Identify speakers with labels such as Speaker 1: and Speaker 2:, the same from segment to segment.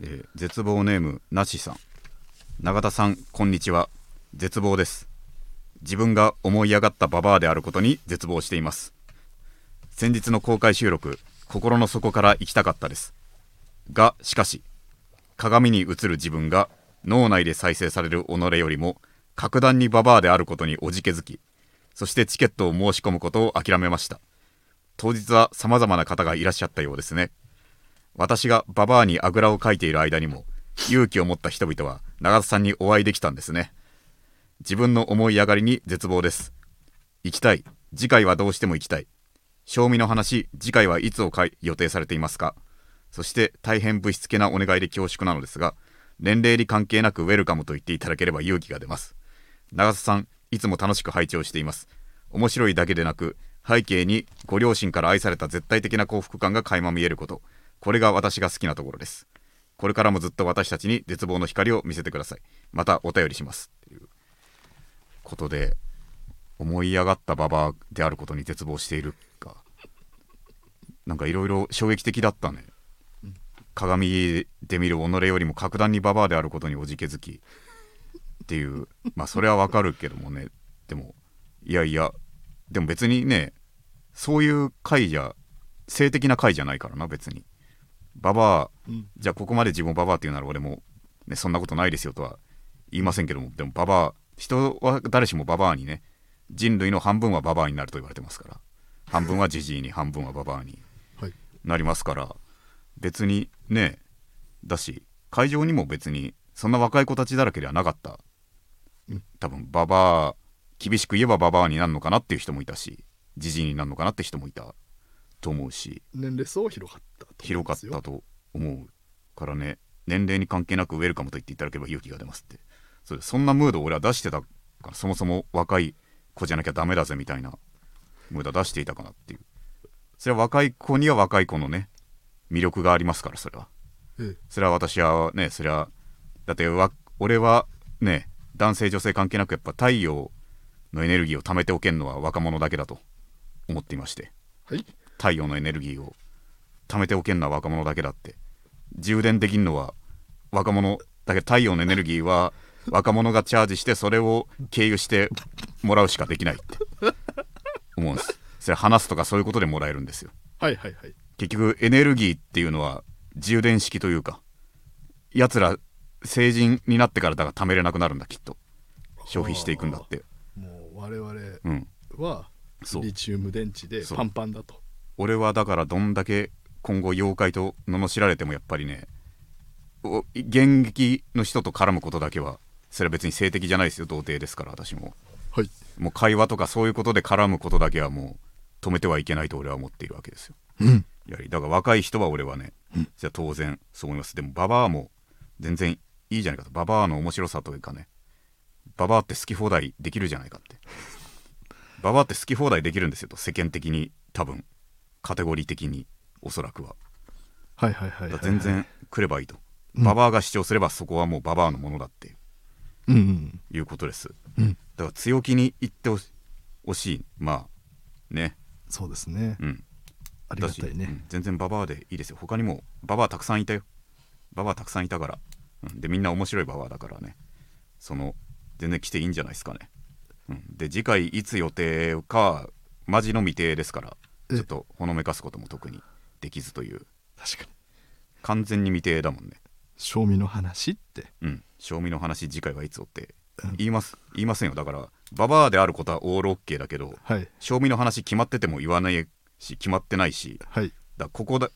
Speaker 1: えー絶望ネームなしさん永田さんこんにちは絶望です自分が思い上がったババアであることに絶望しています先日の公開収録心の底から行きたかったですがしかし鏡に映る自分が脳内で再生される己よりも格段にババアであることにおじけづきそしてチケットを申し込むことを諦めました当日は様々な方がいらっしゃったようですね私がババアにあぐらをかいている間にも勇気を持った人々は長田さんにお会いできたんですね自分の思い上がりに絶望です行きたい次回はどうしても行きたい賞味の話次回はいつをかい予定されていますかそして大変ぶしつけなお願いで恐縮なのですが年齢に関係なくウェルカムと言っていただければ勇気が出ます長瀬さんいつも楽しく拝聴しています面白いだけでなく背景にご両親から愛された絶対的な幸福感が垣間見えることこれが私が好きなところですこれからもずっと私たちに絶望の光を見せてくださいまたお便りしますということで思い上がったババアであることに絶望しているかなんかいろいろ衝撃的だったね鏡で見る己よりも格段にババアであることにおじけづきっていうまあそれはわかるけどもねでもいやいやでも別にねそういう回じゃ性的な回じゃないからな別にババア
Speaker 2: うん
Speaker 1: じゃあここまで自分をババアって言うなら俺も、ね、そんなことないですよとは言いませんけどもでもババア人は誰しもババアにね人類の半分はババアになると言われてますから半分はジジイに半分はババアに
Speaker 2: はい
Speaker 1: なりますから別にねだし会場にも別にそんな若い子たちだらけではなかった
Speaker 2: うん
Speaker 1: 多分ババア厳しく言えばババアになるのかなっていう人もいたしジジイになるのかなって人もいたと思うし
Speaker 2: 年齢層広かったと思うん
Speaker 1: 広か
Speaker 2: で
Speaker 1: っ
Speaker 2: すよ
Speaker 1: たと思うからね年齢に関係なくウェルカムと言っていただければ勇気が出ますってそれそんなムードを俺は出してたからそもそも若い子じゃなきゃダメだぜみたいなムードは出していたかなっていうそれは若い子には若い子のね魅力がありますからそれは
Speaker 2: え
Speaker 1: それは私はねそれはだってわ俺はね男性女性関係なくやっぱ太陽のエネルギーを貯めておけんのは若者だけだと思っていまして
Speaker 2: えはい
Speaker 1: 太陽のエネルギーを貯めておけんのは若者だけだって充電できんのは若者だけど太陽のエネルギーは若者がチャージしてそれを経由してもらうしかできないって思うんですそれ話すとかそういうことでもらえるんですよ
Speaker 2: はいはいはい
Speaker 1: 結局エネルギーっていうのは充電式というかやつら成人になってからだが貯めれなくなるんだきっと消費していくんだって
Speaker 2: もう我々
Speaker 1: うん
Speaker 2: は
Speaker 1: そう
Speaker 2: リチウム電池で
Speaker 1: そう
Speaker 2: パンパンだと
Speaker 1: 俺はだからどんだけ今後妖怪と罵られてもやっぱりねお現役の人と絡むことだけはそれは別に性的じゃないですよ童貞ですから私も
Speaker 2: はい
Speaker 1: もう会話とかそういうことで絡むことだけはもう止めてはいけないと俺は思っているわけですよ
Speaker 2: うん
Speaker 1: やはりだから若い人は俺はね、じゃあ当然そう思いますでもババアも全然いいじゃないかとババアの面白さというかねババアって好き放題できるじゃないかっ てババアって好き放題できるんですよと世間的に多分カテゴリー的におそらくは
Speaker 2: はいはいは
Speaker 1: だ
Speaker 2: い、はい、
Speaker 1: から全然来ればいいと、
Speaker 2: うん
Speaker 1: ババアが主張すればそこはもうババアのものだって
Speaker 2: うんうん
Speaker 1: いうことです
Speaker 2: うん
Speaker 1: だから強気に言ってほしほしいまあね
Speaker 2: そうですね、
Speaker 1: うん
Speaker 2: ありがたいね、
Speaker 1: だしうん全然ババアでいいですよ他にもババアたくさんいたよババアたくさんいたから、うん、でみんな面白いババアだからねその全然来ていいんじゃないですかね、うん、で次回いつ予定かマジの未定ですから
Speaker 2: え
Speaker 1: ちょっとほのめかすことも特にできずという
Speaker 2: 確かに
Speaker 1: 完全に未定だもんね
Speaker 2: 賞味の話って
Speaker 1: うん賞味の話次回はいつをって
Speaker 2: うん
Speaker 1: 言います言いませんよだからババアであることはオールオッケーだけど
Speaker 2: はい
Speaker 1: 賞味の話決まってても言わないし決まってないし
Speaker 2: はい
Speaker 1: だからここだ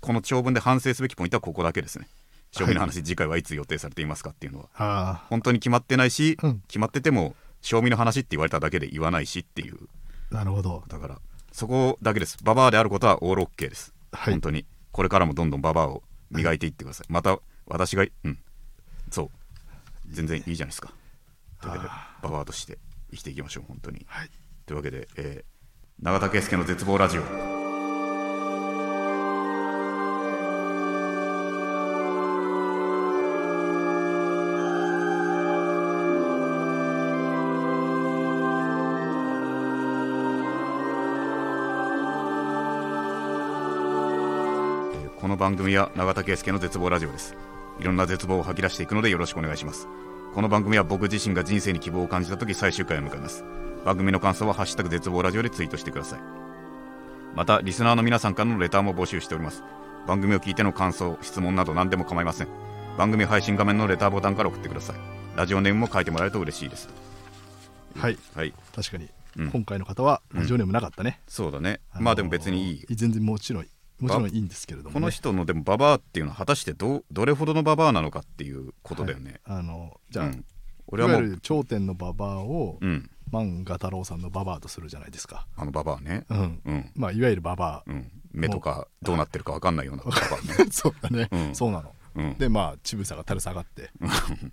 Speaker 1: この長文で反省すべきポイントはここだけですね。賞味の話、次回はいつ予定されていますかっていうのは
Speaker 2: あ
Speaker 1: 本当に決まってないし、
Speaker 2: うん
Speaker 1: 決まってても賞味の話って言われただけで言わないしっていう
Speaker 2: あなるほど
Speaker 1: だからそこだけですババアであることはオールオッケーです、
Speaker 2: はい
Speaker 1: 本当にこれからもどんどんババアを磨いていってください、また私がうんそう全然いいじゃないですかというわけでババアとして生きていきましょう本当に
Speaker 2: はい
Speaker 1: というわけで、えー永田圭介の絶望ラジオえーこの番組は永田圭介の絶望ラジオですいろんな絶望を吐き出していくのでよろしくお願いしますこの番組は僕自身が人生に希望を感じた時最終回を迎えます番組の感想は「ハッシュタグ絶望ラジオ」でツイートしてくださいまたリスナーの皆さんからのレターも募集しております番組を聞いての感想質問など何でも構いません番組配信画面のレターボタンから送ってくださいラジオネームも書いてもらえると嬉しいです
Speaker 2: はい
Speaker 1: はい
Speaker 2: 確かに、
Speaker 1: うん
Speaker 2: 今回の方はラジオネームなかったね、
Speaker 1: そうだね
Speaker 2: のー
Speaker 1: まあでも別にいい
Speaker 2: 全然もちろんもちろんいいんですけれども、ね、
Speaker 1: この人のでもババアっていうのは果たしてどどれほどのババアなのかっていうことだよね、
Speaker 2: はいあのじゃあ、
Speaker 1: うん、俺はいも
Speaker 2: わ
Speaker 1: う、
Speaker 2: ゆる頂点のババアを、
Speaker 1: うん、
Speaker 2: 万賀太郎さんのババアとするじゃないですか、
Speaker 1: あのババアね
Speaker 2: うん
Speaker 1: うん、
Speaker 2: まあいわゆるババア、
Speaker 1: うん、目とかどうなってるか分かんないようなババ アね
Speaker 2: そうだね、
Speaker 1: うん
Speaker 2: そうなの、
Speaker 1: うん
Speaker 2: でまあ乳房が垂れ下がっていわ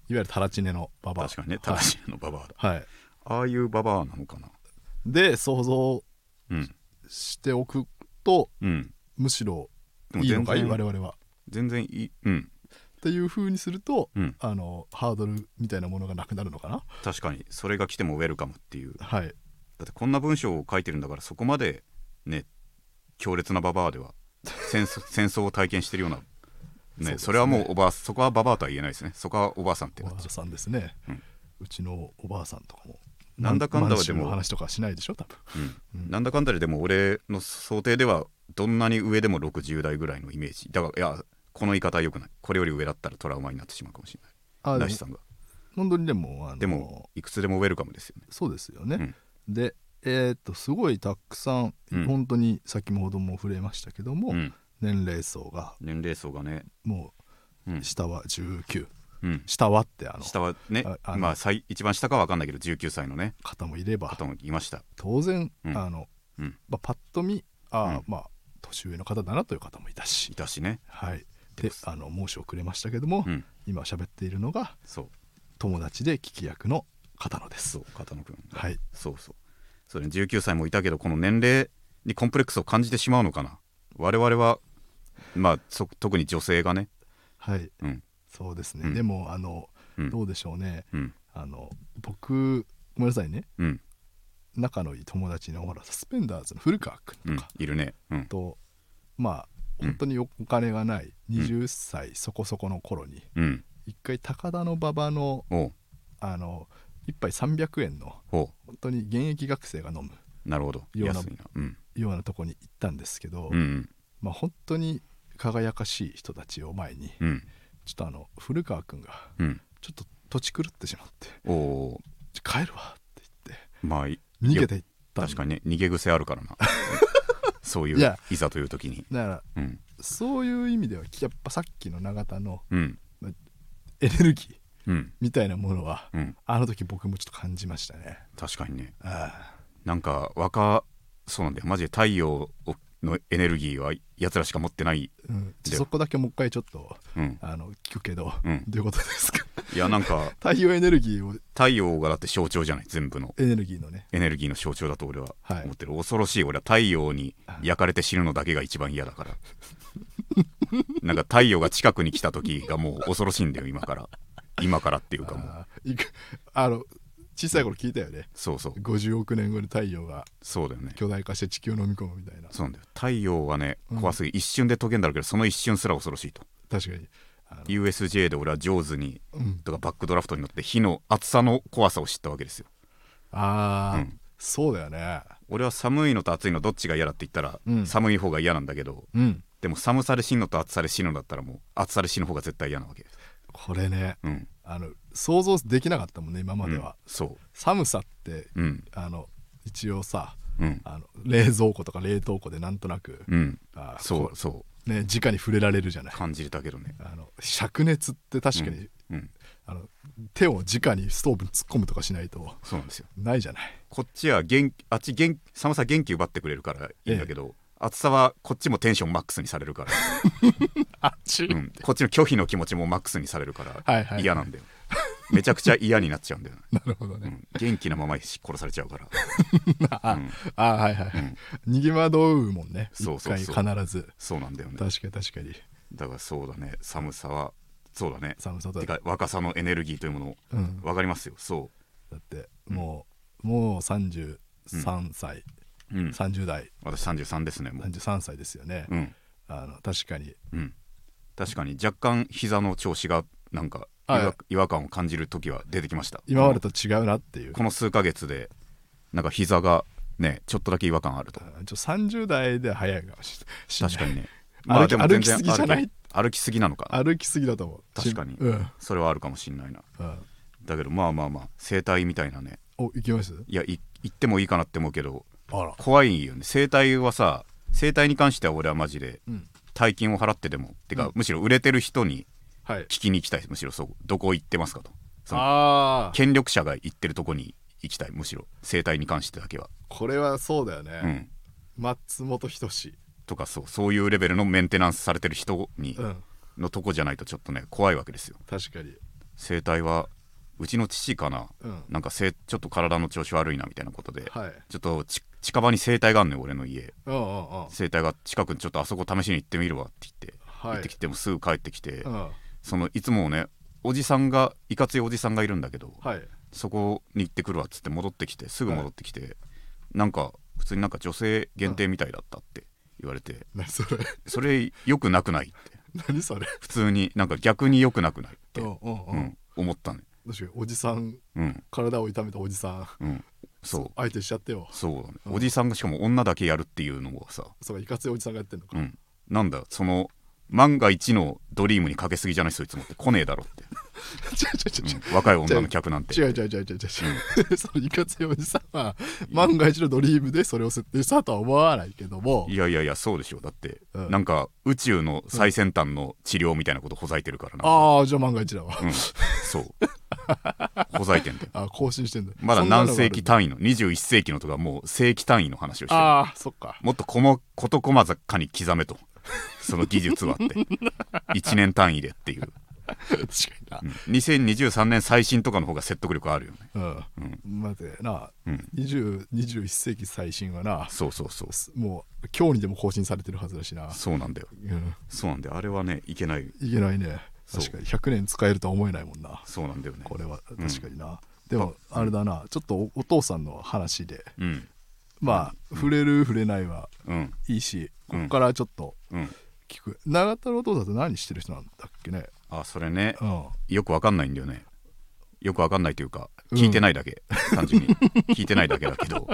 Speaker 2: ゆるタラチネのババア
Speaker 1: 確かにね
Speaker 2: はい
Speaker 1: 正しいのババアだ
Speaker 2: はい、
Speaker 1: ああいうババアなのかな
Speaker 2: で想像
Speaker 1: うん
Speaker 2: しておくと
Speaker 1: うん
Speaker 2: むしろ
Speaker 1: でも
Speaker 2: いいの
Speaker 1: 全
Speaker 2: かい
Speaker 1: 然
Speaker 2: 我々は
Speaker 1: 全然いいうん
Speaker 2: っていうふうにすると、
Speaker 1: うん
Speaker 2: あのハードルみたいなものがなくなるのかな
Speaker 1: 確かにそれが来てもウェルカムっていうだ
Speaker 2: はい
Speaker 1: ってこんな文章を書いてるんだからそこまでね強烈なババアでは戦争 戦争を体験してるような
Speaker 2: うです
Speaker 1: ね
Speaker 2: ね
Speaker 1: それはもうおばあそこはババアとは言えないですねそこはおばあさんって
Speaker 2: おばあさんですね、
Speaker 1: う
Speaker 2: うんちのおばあさんとかも
Speaker 1: なんだかんだは
Speaker 2: 満州
Speaker 1: でも
Speaker 2: の話とかしないでしょ多分
Speaker 1: うんなんだかんだででも俺の想定ではどんなに上でも60代ぐらいのイメージだからいやこの言い方は良くないこれより上だったらトラウマになってしまうかもしれ
Speaker 2: あ
Speaker 1: な
Speaker 2: で
Speaker 1: い
Speaker 2: も
Speaker 1: なしさんが
Speaker 2: 本当にでもあの
Speaker 1: でもいくつでもウェルカムですよね
Speaker 2: そうですよね、でえーっとすごいたくさん、
Speaker 1: うん
Speaker 2: 本当に先ほども触れましたけども、
Speaker 1: うん、うん
Speaker 2: 年齢層が
Speaker 1: 年齢層がね、
Speaker 2: も
Speaker 1: うん
Speaker 2: う下は19、
Speaker 1: うん、
Speaker 2: 下はってあの
Speaker 1: 下はね
Speaker 2: ああの
Speaker 1: まあ最一番下かは分かんないけど19歳のね
Speaker 2: 方もいれば
Speaker 1: 方もいました
Speaker 2: 当然、
Speaker 1: うん
Speaker 2: あの
Speaker 1: うん
Speaker 2: まあ、パッと見あー、
Speaker 1: うん
Speaker 2: まあ年上の方だなという方もいた
Speaker 1: い
Speaker 2: し、
Speaker 1: たしね
Speaker 2: はい、であの申し遅れましたけども、
Speaker 1: うん
Speaker 2: 今喋っているのが
Speaker 1: そう
Speaker 2: 友達で聞き役の方のです
Speaker 1: そう片野くん
Speaker 2: はい
Speaker 1: そうそうそれに19歳もいたけどこの年齢にコンプレックスを感じてしまうのかな我々はまあそ特に女性がね
Speaker 2: はい
Speaker 1: うん
Speaker 2: そうですね、
Speaker 1: うん
Speaker 2: でもあの、
Speaker 1: うん
Speaker 2: どうでしょうね
Speaker 1: うん
Speaker 2: あの僕ごめんなさいね
Speaker 1: うん
Speaker 2: 仲のいい友達のほらサスペンダーズの古川
Speaker 1: う
Speaker 2: 君
Speaker 1: ん
Speaker 2: とか、
Speaker 1: いるねうん
Speaker 2: とまあ
Speaker 1: うん
Speaker 2: 本当におお金がない
Speaker 1: ん
Speaker 2: 20歳そこそこの頃に
Speaker 1: うん
Speaker 2: 一回高田の馬場の
Speaker 1: おう
Speaker 2: あの一杯300円の
Speaker 1: ほ
Speaker 2: 本当に現役学生が飲む
Speaker 1: うなるほど
Speaker 2: ような
Speaker 1: 安いなうん
Speaker 2: ようなとこに行ったんですけど、
Speaker 1: うん
Speaker 2: まあ、本当に輝かしい人たちを前に
Speaker 1: うんうん
Speaker 2: ちょっとあの古川君が
Speaker 1: うん
Speaker 2: ちょっと土地狂ってしまって
Speaker 1: おお
Speaker 2: 「ちょ帰るわ」って言って
Speaker 1: ーまあい
Speaker 2: 逃げていったん
Speaker 1: 確かにね逃げ癖あるからな そういう
Speaker 2: い
Speaker 1: い
Speaker 2: や
Speaker 1: ざという時に
Speaker 2: だから
Speaker 1: うん
Speaker 2: そういう意味ではやっぱさっきの永田の
Speaker 1: うん
Speaker 2: エネルギー
Speaker 1: うん
Speaker 2: みたいなものは、
Speaker 1: うん
Speaker 2: あの時僕もちょっと感じましたね
Speaker 1: 確かにね
Speaker 2: あ
Speaker 1: なんか若そうなんだよマジで太陽をのエネルギーはやつらしか持ってない、
Speaker 2: あ、うん、ちょ
Speaker 1: で
Speaker 2: そこだけもう一回ちょっと
Speaker 1: うん、
Speaker 2: あの聞くけど、
Speaker 1: うん
Speaker 2: どういうことですか
Speaker 1: いやなんか
Speaker 2: 太陽エネルギーを
Speaker 1: 太陽がだって象徴じゃない全部の
Speaker 2: エネルギーのね
Speaker 1: エネルギーの象徴だと俺は
Speaker 2: はい
Speaker 1: 思ってる、恐ろしい俺は太陽に焼かれて死ぬのだけが一番嫌だ からなんか太陽が近くに来た時がもう恐ろしいんだよ今から今からっていうかもう
Speaker 2: あーいくあの小さい頃聞いたよね
Speaker 1: そうそう
Speaker 2: 50億年後に太陽が
Speaker 1: そうだよね
Speaker 2: 巨大化して地球を飲み込むみたいな
Speaker 1: そうなんだよ太陽はね
Speaker 2: うん
Speaker 1: 怖すぎ、一瞬で溶けんだろうけどその一瞬すら恐ろしいと
Speaker 2: 確かにあの
Speaker 1: USJ で俺は上手に
Speaker 2: うん、
Speaker 1: とかバックドラフトに乗って火の厚さの怖さを知ったわけですよ
Speaker 2: あ
Speaker 1: う
Speaker 2: ー、
Speaker 1: ん
Speaker 2: そうだよね
Speaker 1: 俺は寒いのと暑いのどっちが嫌だって言ったら、
Speaker 2: うん
Speaker 1: 寒い方が嫌なんだけど
Speaker 2: うん
Speaker 1: でも寒さで死ぬのと暑さで死ぬんだったらもう暑さで死ぬ方が絶対嫌なわけです
Speaker 2: これね
Speaker 1: うん
Speaker 2: あの想像できなかったもんね今までは、
Speaker 1: うんそ
Speaker 2: 寒さって
Speaker 1: ううん
Speaker 2: あの一応さ
Speaker 1: うん
Speaker 2: あの冷蔵庫とか冷凍庫でなんとなく、
Speaker 1: うん
Speaker 2: あー
Speaker 1: そ
Speaker 2: こ
Speaker 1: うそう
Speaker 2: うね直に触れられるじゃない
Speaker 1: 感じれたけどね
Speaker 2: あの灼熱って確かに、
Speaker 1: うん
Speaker 2: あの手を直にストーブに突っ込むとかしないと
Speaker 1: そうなんですよ
Speaker 2: ないじゃない
Speaker 1: こっちは元あっち元寒さ元気奪ってくれるからいいんだけど、暑さはこっちもテンションマックスにされるから
Speaker 2: あっち
Speaker 1: うん、こっちの拒否の気持ちもマックスにされるから
Speaker 2: はいはい
Speaker 1: 嫌なんだよ、めちゃくちゃ嫌になっちゃうんだよ、ね
Speaker 2: なるほど
Speaker 1: う
Speaker 2: ね、
Speaker 1: ん、元気なまま殺されちゃうから
Speaker 2: ああはいはい、はい逃げ惑うもんね
Speaker 1: そう
Speaker 2: 一
Speaker 1: そう
Speaker 2: 回
Speaker 1: そう
Speaker 2: 必ず
Speaker 1: そうなんだよね
Speaker 2: 確かに確かに
Speaker 1: だからそうだね寒さはそうだね
Speaker 2: 寒さと
Speaker 1: てか若さのエネルギーというものを、
Speaker 2: うん
Speaker 1: わかりますよそ
Speaker 2: だってもう、もう33歳、
Speaker 1: う、うん、
Speaker 2: 30代
Speaker 1: 私33ですねもう、
Speaker 2: 33歳ですよね、
Speaker 1: うん
Speaker 2: あの確かに
Speaker 1: うん、確かに若干膝の調子がなんか違
Speaker 2: はい
Speaker 1: 和違和感を感じる時は出てきました
Speaker 2: 今までと違うなっていう
Speaker 1: この数ヶ月でなんか膝がねちょっとだけ違和感あると
Speaker 2: あちょ30代では早いかもしれない
Speaker 1: 確か にね
Speaker 2: 歩き歩きすぎじゃな
Speaker 1: 歩
Speaker 2: い
Speaker 1: き歩きすぎなのか
Speaker 2: 歩きすぎだと思う
Speaker 1: 確かに
Speaker 2: うん、うん
Speaker 1: それはあるかもしんないなだけどまあまあまあ整体みたいなね
Speaker 2: お行きます
Speaker 1: いやい行ってもいいかなって思うけど
Speaker 2: あら
Speaker 1: 怖いよね整体はさ整体に関しては俺はマジで
Speaker 2: うん
Speaker 1: 大金を払ってでもてか、
Speaker 2: うんむ
Speaker 1: むしろ売れてる人に
Speaker 2: はい
Speaker 1: 聞きに行きたいむしろそこどこ行ってますかとその
Speaker 2: ああ
Speaker 1: 権力者が行ってるとこに行きたいむしろ生態に関してだけは、
Speaker 2: これはそうだよね、
Speaker 1: うん、
Speaker 2: 松本人志
Speaker 1: とかそうそういうレベルのメンテナンスされてる人に、
Speaker 2: うん
Speaker 1: のとこじゃないとちょっとね怖いわけですよ
Speaker 2: 確かに
Speaker 1: 生態はうちの父かな、
Speaker 2: うん
Speaker 1: なんかせちょっと体の調子悪いなみたいなことで、
Speaker 2: はい
Speaker 1: ちょっとち近場に生態があんのよ俺の家
Speaker 2: うんうんうん
Speaker 1: 生態が近くにちょっとあそこ試しに行ってみるわって言って、
Speaker 2: はい
Speaker 1: 行ってきてもすぐ帰ってきて、
Speaker 2: うん
Speaker 1: そのいつもねおじさんがいかついおじさんがいるんだけど、
Speaker 2: はい
Speaker 1: そこに行ってくるわっつって戻ってきてすぐ戻ってきて、なんか普通になんか女性限定みたいだったって言われて、
Speaker 2: 何それ
Speaker 1: それ良くなくないって
Speaker 2: 何それ
Speaker 1: 普通になんか逆に良くなくないって、
Speaker 2: う
Speaker 1: うんん
Speaker 2: うんうん
Speaker 1: 思ったね
Speaker 2: 確かにおじさん
Speaker 1: うん
Speaker 2: 体を痛めたおじさん
Speaker 1: うんそう
Speaker 2: 相手しちゃってよ
Speaker 1: そうだね、
Speaker 2: うん
Speaker 1: おじさんがしかも女だけやるっていうのはさ、
Speaker 2: そうかいかついおじさんがやってんのか、
Speaker 1: うん、なんだその万が一のドリームにかけすぎじゃないそいつもって来ねえだろって、
Speaker 2: ちょちょちょちょ
Speaker 1: うん若い女の客なんて
Speaker 2: 違う違う違う違う違う違う そのいかついおじさんは万が一のドリームでそれを設定したとは思わないけども
Speaker 1: いやいやいやそうでしょだって、
Speaker 2: うん
Speaker 1: なんか宇宙の最先端の治療みたいなことほざいてるからな
Speaker 2: ああじゃあ万が一だわ、
Speaker 1: うん、 そう。ほざいてんだよ。
Speaker 2: あ更新してんだ
Speaker 1: まだ
Speaker 2: そんなの
Speaker 1: 何
Speaker 2: がある
Speaker 1: 世紀単位の、21世紀のとかもう世紀単位の話をしてる。
Speaker 2: ああそっか
Speaker 1: もっとこの事細かに刻めと。その技術はって。1年単位でっていう。
Speaker 2: 確か
Speaker 1: うん2023年最新とかの方が説得力あるよね。
Speaker 2: になう
Speaker 1: うん
Speaker 2: ん、待てな、
Speaker 1: うん
Speaker 2: 20 21世紀最新はな
Speaker 1: そうそうそう。
Speaker 2: すもう今日にでも更新されてるはずだしな、
Speaker 1: そうなんだよ。
Speaker 2: うん、
Speaker 1: そうなんだよ。あれはね、いけない。
Speaker 2: いけないね
Speaker 1: そう
Speaker 2: 確かに100年使えるとは思えないもんな
Speaker 1: そうなんだよね。
Speaker 2: これは
Speaker 1: ん
Speaker 2: 確かにな、でもあれだなちょっとおお父さんの話で
Speaker 1: うん。
Speaker 2: まあ、触れる触れないは
Speaker 1: うん。
Speaker 2: いいしこ
Speaker 1: うん
Speaker 2: こからちょっと
Speaker 1: うん。
Speaker 2: 聞く、永田のお父さんって何してる人なんだっけね
Speaker 1: あ、それね
Speaker 2: う、ん
Speaker 1: よくわかんないんだよね。よくわかんないというか、
Speaker 2: うん
Speaker 1: 聞いてないだけ。単純に。聞いてないだけだけど、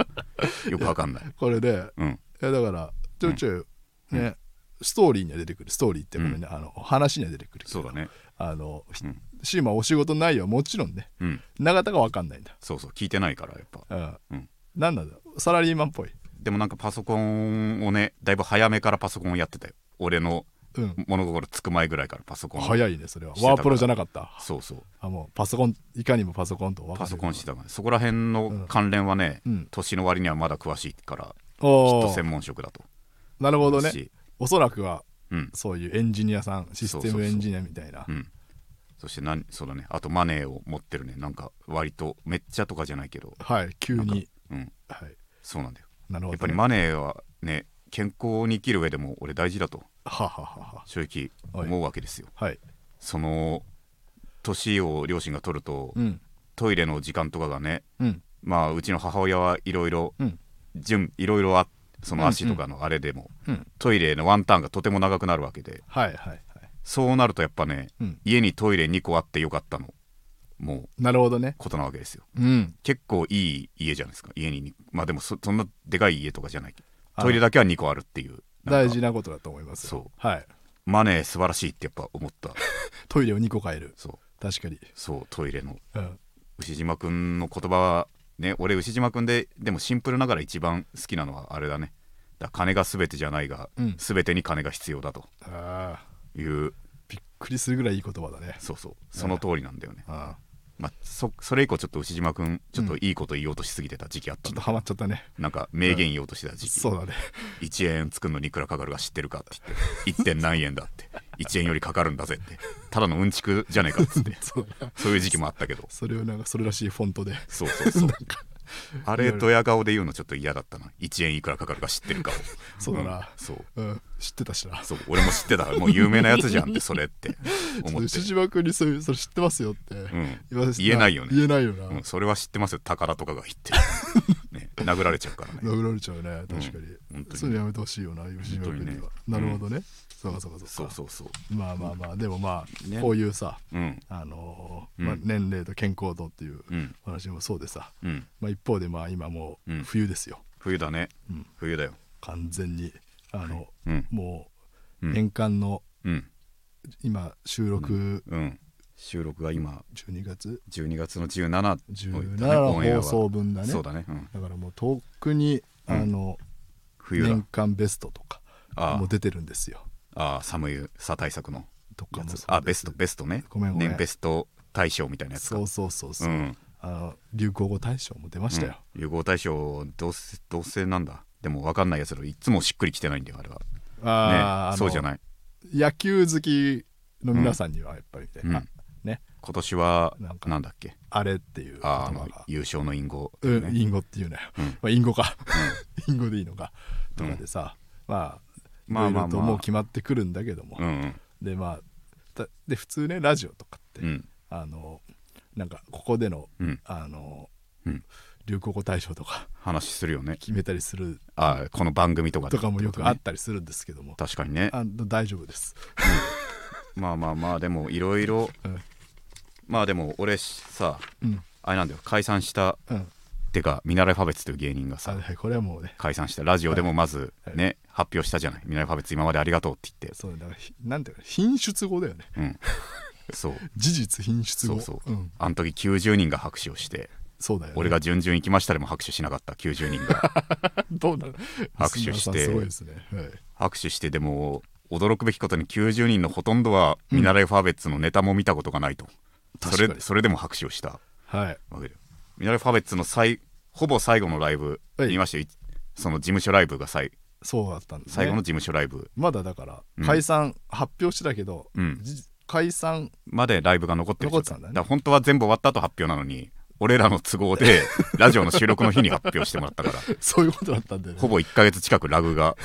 Speaker 1: よくわかんない。
Speaker 2: これで、
Speaker 1: うん。
Speaker 2: いやだからちょいちょいね、ストーリーには出てくるストーリーっていうかね、あの話には出てくるけ
Speaker 1: そ
Speaker 2: ど
Speaker 1: うだね。
Speaker 2: あの、ひ
Speaker 1: うん
Speaker 2: シーマお仕事内容はもちろんね
Speaker 1: うん。
Speaker 2: 永田が分かんないんだ
Speaker 1: そうそう、聞いてないから、やっぱ。
Speaker 2: うん、
Speaker 1: うん
Speaker 2: なんなんだサラリーマンっぽい
Speaker 1: でもなんかパソコンをね、だいぶ早めからパソコンをやってたよ。俺の
Speaker 2: うん
Speaker 1: 物心つく前ぐらいからパソコン。い。
Speaker 2: 早いねそれは
Speaker 1: してたから
Speaker 2: ワープロじゃなかった
Speaker 1: そうそう。
Speaker 2: あもうパソコンいかにもパソコンと分か
Speaker 1: パ
Speaker 2: る
Speaker 1: ソコンしてたから、そこら辺の関連はね、
Speaker 2: うん
Speaker 1: 年の割にはまだ詳しいから、きっ
Speaker 2: お
Speaker 1: と
Speaker 2: ー
Speaker 1: 専門職だと。
Speaker 2: なるほど
Speaker 1: だ
Speaker 2: ね
Speaker 1: し
Speaker 2: おそらくは
Speaker 1: うん。
Speaker 2: そういうエンジニアさんシステムエンジニアみたいな
Speaker 1: うん。そしてなん、そうだね。あとマネーを持ってるね。なんか、割と、めっちゃとかじゃないけど、
Speaker 2: はい急に
Speaker 1: うん。
Speaker 2: はい
Speaker 1: そうなんだよ。
Speaker 2: なるほどね、
Speaker 1: やっぱりマネーはね、健康に生きる上でも俺大事だと、
Speaker 2: はははは
Speaker 1: 正直思うわけですよ。
Speaker 2: はい
Speaker 1: その年を両親が取ると、
Speaker 2: うん
Speaker 1: トイレの時間とかがね
Speaker 2: うん
Speaker 1: まあうちの母親はいろいろ
Speaker 2: うん
Speaker 1: 順いろいろあそ
Speaker 2: うん
Speaker 1: の足とかのあれでも、
Speaker 2: うん
Speaker 1: トイレのワンターンがとても長くなるわけで
Speaker 2: はいはいはい
Speaker 1: そうなるとやっぱね
Speaker 2: うん
Speaker 1: 家にトイレ2個あってよかったのもう
Speaker 2: なるほどね
Speaker 1: ことなわけですよ
Speaker 2: うん
Speaker 1: 結構いい家じゃないですか家ににまあでもそそんなでかい家とかじゃない
Speaker 2: あ
Speaker 1: トイレだけは2個あるっていうなんか
Speaker 2: 大事なことだと思いますよ
Speaker 1: そう
Speaker 2: はい
Speaker 1: マネー素晴らしいってやっぱ思った
Speaker 2: トイレを2個変える
Speaker 1: そう
Speaker 2: 確かに
Speaker 1: そうトイレの
Speaker 2: うん
Speaker 1: 牛島くんの言葉はね俺牛島くんででもシンプルながら一番好きなのはあれだねだ金が全てじゃないが、
Speaker 2: うん
Speaker 1: 全てに金が必要だと
Speaker 2: あー
Speaker 1: いう
Speaker 2: びっくりするぐらいいい言葉だね
Speaker 1: そうそうその通りなんだよね、
Speaker 2: あ
Speaker 1: まあ、そそれ以降ちょっと牛島くんちょっといいこと言おうとしすぎてた時期あった
Speaker 2: ち
Speaker 1: ん
Speaker 2: ょっと
Speaker 1: だ、
Speaker 2: ハマっちゃったね
Speaker 1: なんか名言言おうとしてた時期、
Speaker 2: そ うだね
Speaker 1: 1円作るのにいくらかかるか知ってるかって言って 1. 点何円だって1円よりかかるんだぜってただのうんちくじゃねえかっつって
Speaker 2: そうだね
Speaker 1: そういう時期もあったけど
Speaker 2: それをなんかそれらしいフォントで
Speaker 1: そうそう そう。あれ、ドヤ顔で言うのちょっと嫌だったな。1円いくらかかるか知ってるかを。
Speaker 2: そうだな
Speaker 1: うんそう。
Speaker 2: うん知ってたしな
Speaker 1: そう、俺も知ってた。もう有名なやつじゃんって、それって思 って
Speaker 2: 牛。島君にそういうそれ知ってますよって
Speaker 1: ん
Speaker 2: 言わせて
Speaker 1: 言えないよね
Speaker 2: 言えないよな
Speaker 1: うん、それは知ってますよ。宝とかが言って。 ね、殴られちゃうからね。
Speaker 2: 殴られちゃうね確かに,、
Speaker 1: 本当に
Speaker 2: そういうのやめてほしいよな牛島君には
Speaker 1: 本当にね
Speaker 2: なるほどね、そうかそうかそうか
Speaker 1: そうそうそう
Speaker 2: まあまあまあでもまあ、
Speaker 1: ね
Speaker 2: こういうさ
Speaker 1: うん
Speaker 2: あのー
Speaker 1: うん
Speaker 2: まあ、年齢と健康度っていう
Speaker 1: うん
Speaker 2: 話もそうでさ、
Speaker 1: うん
Speaker 2: まあ、一方でまあ今も
Speaker 1: う
Speaker 2: うん冬ですよ、
Speaker 1: 冬だね、
Speaker 2: うん
Speaker 1: 冬だよ
Speaker 2: 完全にあの、
Speaker 1: うん
Speaker 2: も
Speaker 1: う
Speaker 2: うん年間の
Speaker 1: うん
Speaker 2: 今収録
Speaker 1: うん収録が今
Speaker 2: 12月
Speaker 1: 12月の17日
Speaker 2: 17の放送分だね
Speaker 1: そうだね、うん、
Speaker 2: だからもうとっくに、
Speaker 1: うん
Speaker 2: あの
Speaker 1: 冬だ
Speaker 2: 年間ベストとか
Speaker 1: ああ
Speaker 2: もう出てるんですよ
Speaker 1: ああ寒いさ対策の
Speaker 2: とか
Speaker 1: や
Speaker 2: もそうで
Speaker 1: つ
Speaker 2: す
Speaker 1: あベストベストね
Speaker 2: ごめんごめん
Speaker 1: 年ベスト大賞みたいなやつか
Speaker 2: そうそうそうそう、
Speaker 1: うん
Speaker 2: あの流行語大賞も出ましたよ、
Speaker 1: うん流行大賞どうせどうせなんだでも分かんないやつらいっつもしっくりきてないんだよあれは
Speaker 2: あーあ
Speaker 1: ね
Speaker 2: の
Speaker 1: そうじゃない
Speaker 2: 野球好きの皆さんにはやっぱりね、
Speaker 1: うん
Speaker 2: あね
Speaker 1: 今年は
Speaker 2: な
Speaker 1: なんん
Speaker 2: か
Speaker 1: だっけ
Speaker 2: あれっていう言
Speaker 1: あー
Speaker 2: 葉
Speaker 1: あの
Speaker 2: が
Speaker 1: 優勝の隠語、
Speaker 2: うん、
Speaker 1: ね
Speaker 2: インゴっていうなよ、
Speaker 1: うん
Speaker 2: まあ、インゴか、インゴでいいのかとかでさ、まあ
Speaker 1: まあまあまあ
Speaker 2: いろいろともう決まってくるんだけども、
Speaker 1: うんうん
Speaker 2: でまあたで普通ねラジオとかって、
Speaker 1: うん
Speaker 2: あのなんかここでの、
Speaker 1: うん
Speaker 2: あの
Speaker 1: うん
Speaker 2: 流行語大賞とか
Speaker 1: 話するよね
Speaker 2: 決めたりする
Speaker 1: ああこの番組とかで
Speaker 2: とかもよくあったりするんですけども、
Speaker 1: 確かにね
Speaker 2: あの大丈夫です、
Speaker 1: まあまあまあでもいろいろ
Speaker 2: うん
Speaker 1: まあでも俺さ
Speaker 2: うん
Speaker 1: あれなんだよ解散した
Speaker 2: うん
Speaker 1: てかミナラルファベツという芸人が
Speaker 2: さ
Speaker 1: さ
Speaker 2: はい、これはもうね
Speaker 1: 解散したラジオでもまず
Speaker 2: はい
Speaker 1: ね発表したじゃないミナラルファベツ今までありがとうって言って
Speaker 2: そうだからひなんていうか品質語だよね
Speaker 1: うんそう
Speaker 2: 事実品質
Speaker 1: そ
Speaker 2: 語
Speaker 1: うそう
Speaker 2: うん、
Speaker 1: あの時90人が拍手をして
Speaker 2: そうだよ、ね、
Speaker 1: 俺が順々行きましたでも拍手しなかった90人 が
Speaker 2: どうなる
Speaker 1: 握手して
Speaker 2: リスナーさんすごいですね、はい
Speaker 1: 拍手してでも驚くべきことに90人のほとんどは見習いファーベッツのネタも見たことがないと、
Speaker 2: 確か
Speaker 1: そ
Speaker 2: に
Speaker 1: れそれでも拍手をした
Speaker 2: はい。
Speaker 1: わけで見習いファーベッツの最ほぼ最後のライブ
Speaker 2: はい
Speaker 1: 見ましたよいその事務所ライブが最
Speaker 2: そうだったんです、ね。
Speaker 1: 最後の事務所ライブ
Speaker 2: まだだから
Speaker 1: うん
Speaker 2: 解散発表してたけど、
Speaker 1: うん
Speaker 2: じ解散
Speaker 1: までライブが残ってる
Speaker 2: 残ってたんだね
Speaker 1: から本当は全部終わった後発表なのに俺らの都合 でラジオの収録の日に発表してもらったから
Speaker 2: そういうことだったんでね。
Speaker 1: ほぼ1ヶ月近くラグが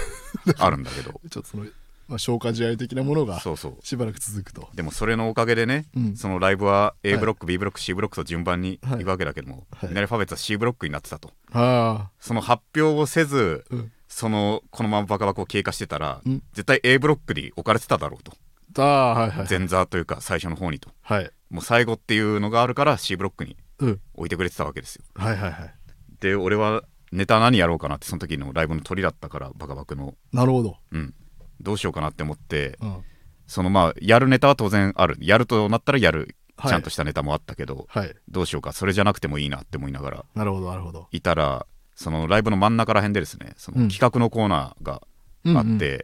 Speaker 1: あるんだけど
Speaker 2: ちょっとそのまあ消化試合的なものが
Speaker 1: そうそう
Speaker 2: しばらく続くと。
Speaker 1: でもそれのおかげでね、
Speaker 2: うん
Speaker 1: そのライブは A
Speaker 2: はい
Speaker 1: ブロック、B ブロック C ブロックと順番に
Speaker 2: はい
Speaker 1: いくわけだけども、
Speaker 2: はい
Speaker 1: ミナレファベッツは C ブロックになってたと
Speaker 2: ああ。
Speaker 1: その発表をせず、
Speaker 2: うん
Speaker 1: そのこのままバカバカを経過してたら、
Speaker 2: うん
Speaker 1: 絶対 A ブロックに置かれてただろうと
Speaker 2: ああはいはい。
Speaker 1: 前座というか最初の方にと
Speaker 2: はい。
Speaker 1: もう最後っていうのがあるから C ブロックに
Speaker 2: うん。
Speaker 1: 置いてくれてたわけですよ
Speaker 2: はいはいはい。
Speaker 1: で俺はネタ何やろうかなってその時のライブの鳥だったからバカバカの
Speaker 2: なるほど。
Speaker 1: うんどうしようかなって思って
Speaker 2: うん。
Speaker 1: そのまあやるネタは当然あるやるとなったらやる
Speaker 2: はい
Speaker 1: ちゃんとしたネタもあったけど、
Speaker 2: はい。
Speaker 1: どうしようかそれじゃなくてもいいなって思いながら
Speaker 2: なるほどなるほど。
Speaker 1: いたらそのライブの真ん中ら辺でですねそ
Speaker 2: うん
Speaker 1: の企画のコーナーがあって、
Speaker 2: うんうん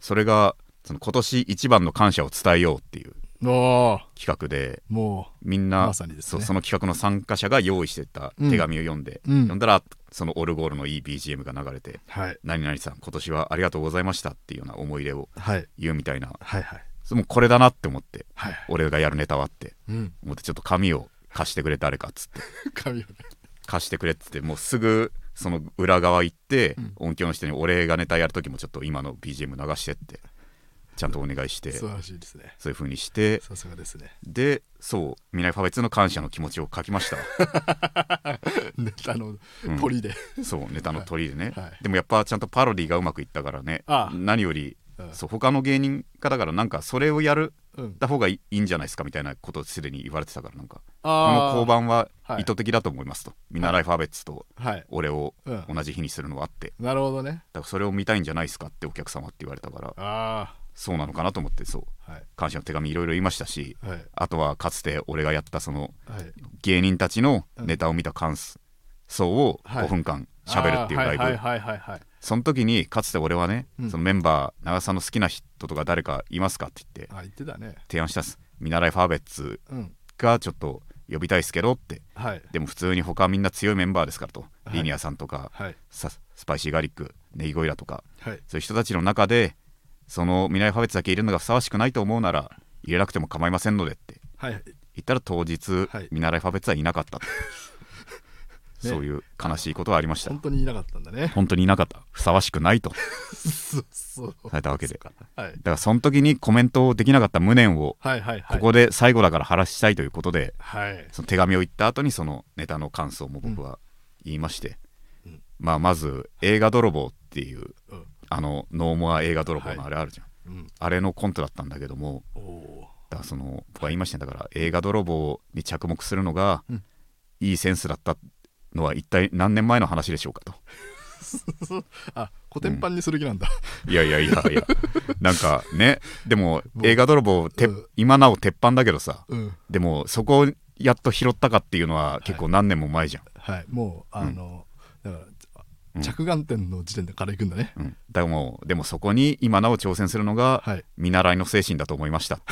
Speaker 1: それがその今年一番の感謝を伝えようっていう
Speaker 2: おー
Speaker 1: 企画で
Speaker 2: も
Speaker 1: みんな、
Speaker 2: まさにですね
Speaker 1: そうその企画の参加者が用意してた手紙を読んで、
Speaker 2: うんうん
Speaker 1: 読んだらそのオルゴールのいい BGM が流れて
Speaker 2: うはい
Speaker 1: 「何々さん今年はありがとうございました」っていうような思い入れを
Speaker 2: はい
Speaker 1: 言うみたいな
Speaker 2: はいはい
Speaker 1: もうこれだなって思って
Speaker 2: はい。
Speaker 1: 俺がやるネタはって
Speaker 2: うん。
Speaker 1: 思ってちょっと紙を貸してくれ誰かっつって
Speaker 2: 髪をね。
Speaker 1: 貸してくれって言ってもうすぐその裏側行って、
Speaker 2: うん
Speaker 1: 音響の人にお礼がネタやる時もちょっと今の BGM 流してってちゃんとお願いして
Speaker 2: 素
Speaker 1: そう
Speaker 2: 晴らしいですね。
Speaker 1: いう風にして
Speaker 2: さすがですね。
Speaker 1: でそう「ミナイファベツ」の感謝の気持ちを書きま した
Speaker 2: ネタの
Speaker 1: うん
Speaker 2: 鳥で。
Speaker 1: そうネタの鳥でね、
Speaker 2: はい
Speaker 1: でもやっぱちゃんとパロディがうまくいったからね
Speaker 2: ああ
Speaker 1: 何より、
Speaker 2: うん
Speaker 1: そう他の芸人家だからなんかそれをやる
Speaker 2: うん。
Speaker 1: た方がいいんじゃないですかみたいなことをすでに言われてたからなんかこ
Speaker 2: あ
Speaker 1: の
Speaker 2: あ
Speaker 1: 交番は
Speaker 2: はい
Speaker 1: 意図的だと思いますと、ミナライファベツと
Speaker 2: はい。
Speaker 1: 俺を
Speaker 2: うん
Speaker 1: 同じ日にするのはあって、
Speaker 2: なるほどね。
Speaker 1: だからそれを見たいんじゃないですかってお客様って言われたから
Speaker 2: あ
Speaker 1: そうなのかなと思ってそう
Speaker 2: あ。はい。
Speaker 1: 感謝の手紙いろいろ言いましたし
Speaker 2: はい。
Speaker 1: あとはかつて俺がやったその
Speaker 2: はい。
Speaker 1: 芸人たちのネタを見た感想を
Speaker 2: はい
Speaker 1: 5分間喋るっていうライ
Speaker 2: あーはい
Speaker 1: ブ
Speaker 2: はいはいはいはい。
Speaker 1: その時にかつて俺はね、
Speaker 2: うん
Speaker 1: そのメンバー長澤さんの好きな人とか誰かいますかって言って
Speaker 2: あ、言ってたね。
Speaker 1: 提案したんです見習いファーベッツ
Speaker 2: うん。
Speaker 1: がちょっと呼びたいですけどって
Speaker 2: はい。
Speaker 1: でも普通に他はみんな強いメンバーですからと、
Speaker 2: い
Speaker 1: リニアさんとか、
Speaker 2: はい。
Speaker 1: さスパイシーガーリックネギゴイラとか
Speaker 2: はい。
Speaker 1: そういう人たちの中でその未来ファベツだけ入れるのがふさわしくないと思うなら入れなくても構いませんのでって
Speaker 2: はい。
Speaker 1: 言ったら当日、
Speaker 2: はい
Speaker 1: 見習いファベツはいなかったと、そういう悲しいことはありました
Speaker 2: 本当にいなかったんだね。
Speaker 1: 本当にいなかったふさわしくないと
Speaker 2: そうそう。
Speaker 1: されたわけでだか
Speaker 2: はい。
Speaker 1: らその時にコメントをできなかった無念を
Speaker 2: はいはいはい。
Speaker 1: ここで最後だから晴らしたいということで
Speaker 2: はい。
Speaker 1: その手紙を言った後にそのネタの感想も僕は言いまして、
Speaker 2: うん
Speaker 1: まあまず映画泥棒っていう
Speaker 2: うん
Speaker 1: あのノーモア映画泥棒のあれあるじゃん、
Speaker 2: うん
Speaker 1: あれのコントだったんだけども
Speaker 2: おお
Speaker 1: だからその僕は言いましたねだから映画泥棒に着目するのが、
Speaker 2: うん
Speaker 1: いいセンスだったのは一体何年前の話でしょう かと
Speaker 2: ー あコテンパンにする気なんだ、
Speaker 1: いやいやいやいやなんかねでも
Speaker 2: もう
Speaker 1: 映画泥棒て、
Speaker 2: うん
Speaker 1: 今なお鉄板だけどさ
Speaker 2: うん
Speaker 1: でもそこをやっと拾ったかっていうのは結構何年も前じゃん、
Speaker 2: はいもうあの、だから
Speaker 1: うん
Speaker 2: 着眼点の時点でからいくんだね、
Speaker 1: うん、でもでもそこに今なお挑戦するのが
Speaker 2: はい
Speaker 1: 見習いの精神だと思いましたって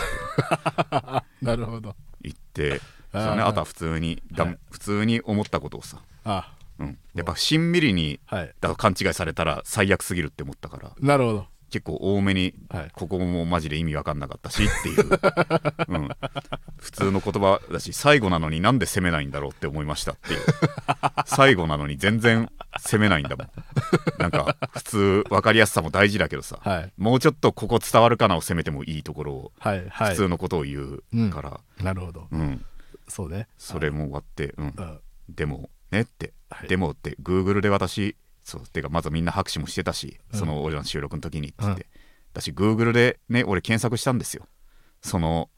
Speaker 2: なるほど
Speaker 1: 言って
Speaker 2: あ
Speaker 1: そ
Speaker 2: ー
Speaker 1: うね、あとは普通に、だ
Speaker 2: はい
Speaker 1: 普通に思ったことをさ、
Speaker 2: あ
Speaker 1: うん、やっぱしんみりに
Speaker 2: はい
Speaker 1: だ勘違いされたら最悪すぎるって思ったから
Speaker 2: なるほど
Speaker 1: 結構多めに
Speaker 2: はい
Speaker 1: ここもマジで意味わかんなかったしって いう、うん、普通の言葉だし最後なのになんで攻めないんだろうって思いましたっていう最後なのに全然攻めないんだもんなんか普通分かりやすさも大事だけどさ、
Speaker 2: はい
Speaker 1: もうちょっとここ伝わるかなを攻めてもいいところを
Speaker 2: はいはい
Speaker 1: 普通のことを言うから、
Speaker 2: なるほど
Speaker 1: うん
Speaker 2: そうね
Speaker 1: それも終わって、うん
Speaker 2: う、ん
Speaker 1: でもねって、
Speaker 2: はい
Speaker 1: でもって Google で私そうてかまずみんな拍手もしてたし、
Speaker 2: うん
Speaker 1: その俺らの収録の時にって言って、
Speaker 2: う
Speaker 1: だし Google でね俺検索したんですよその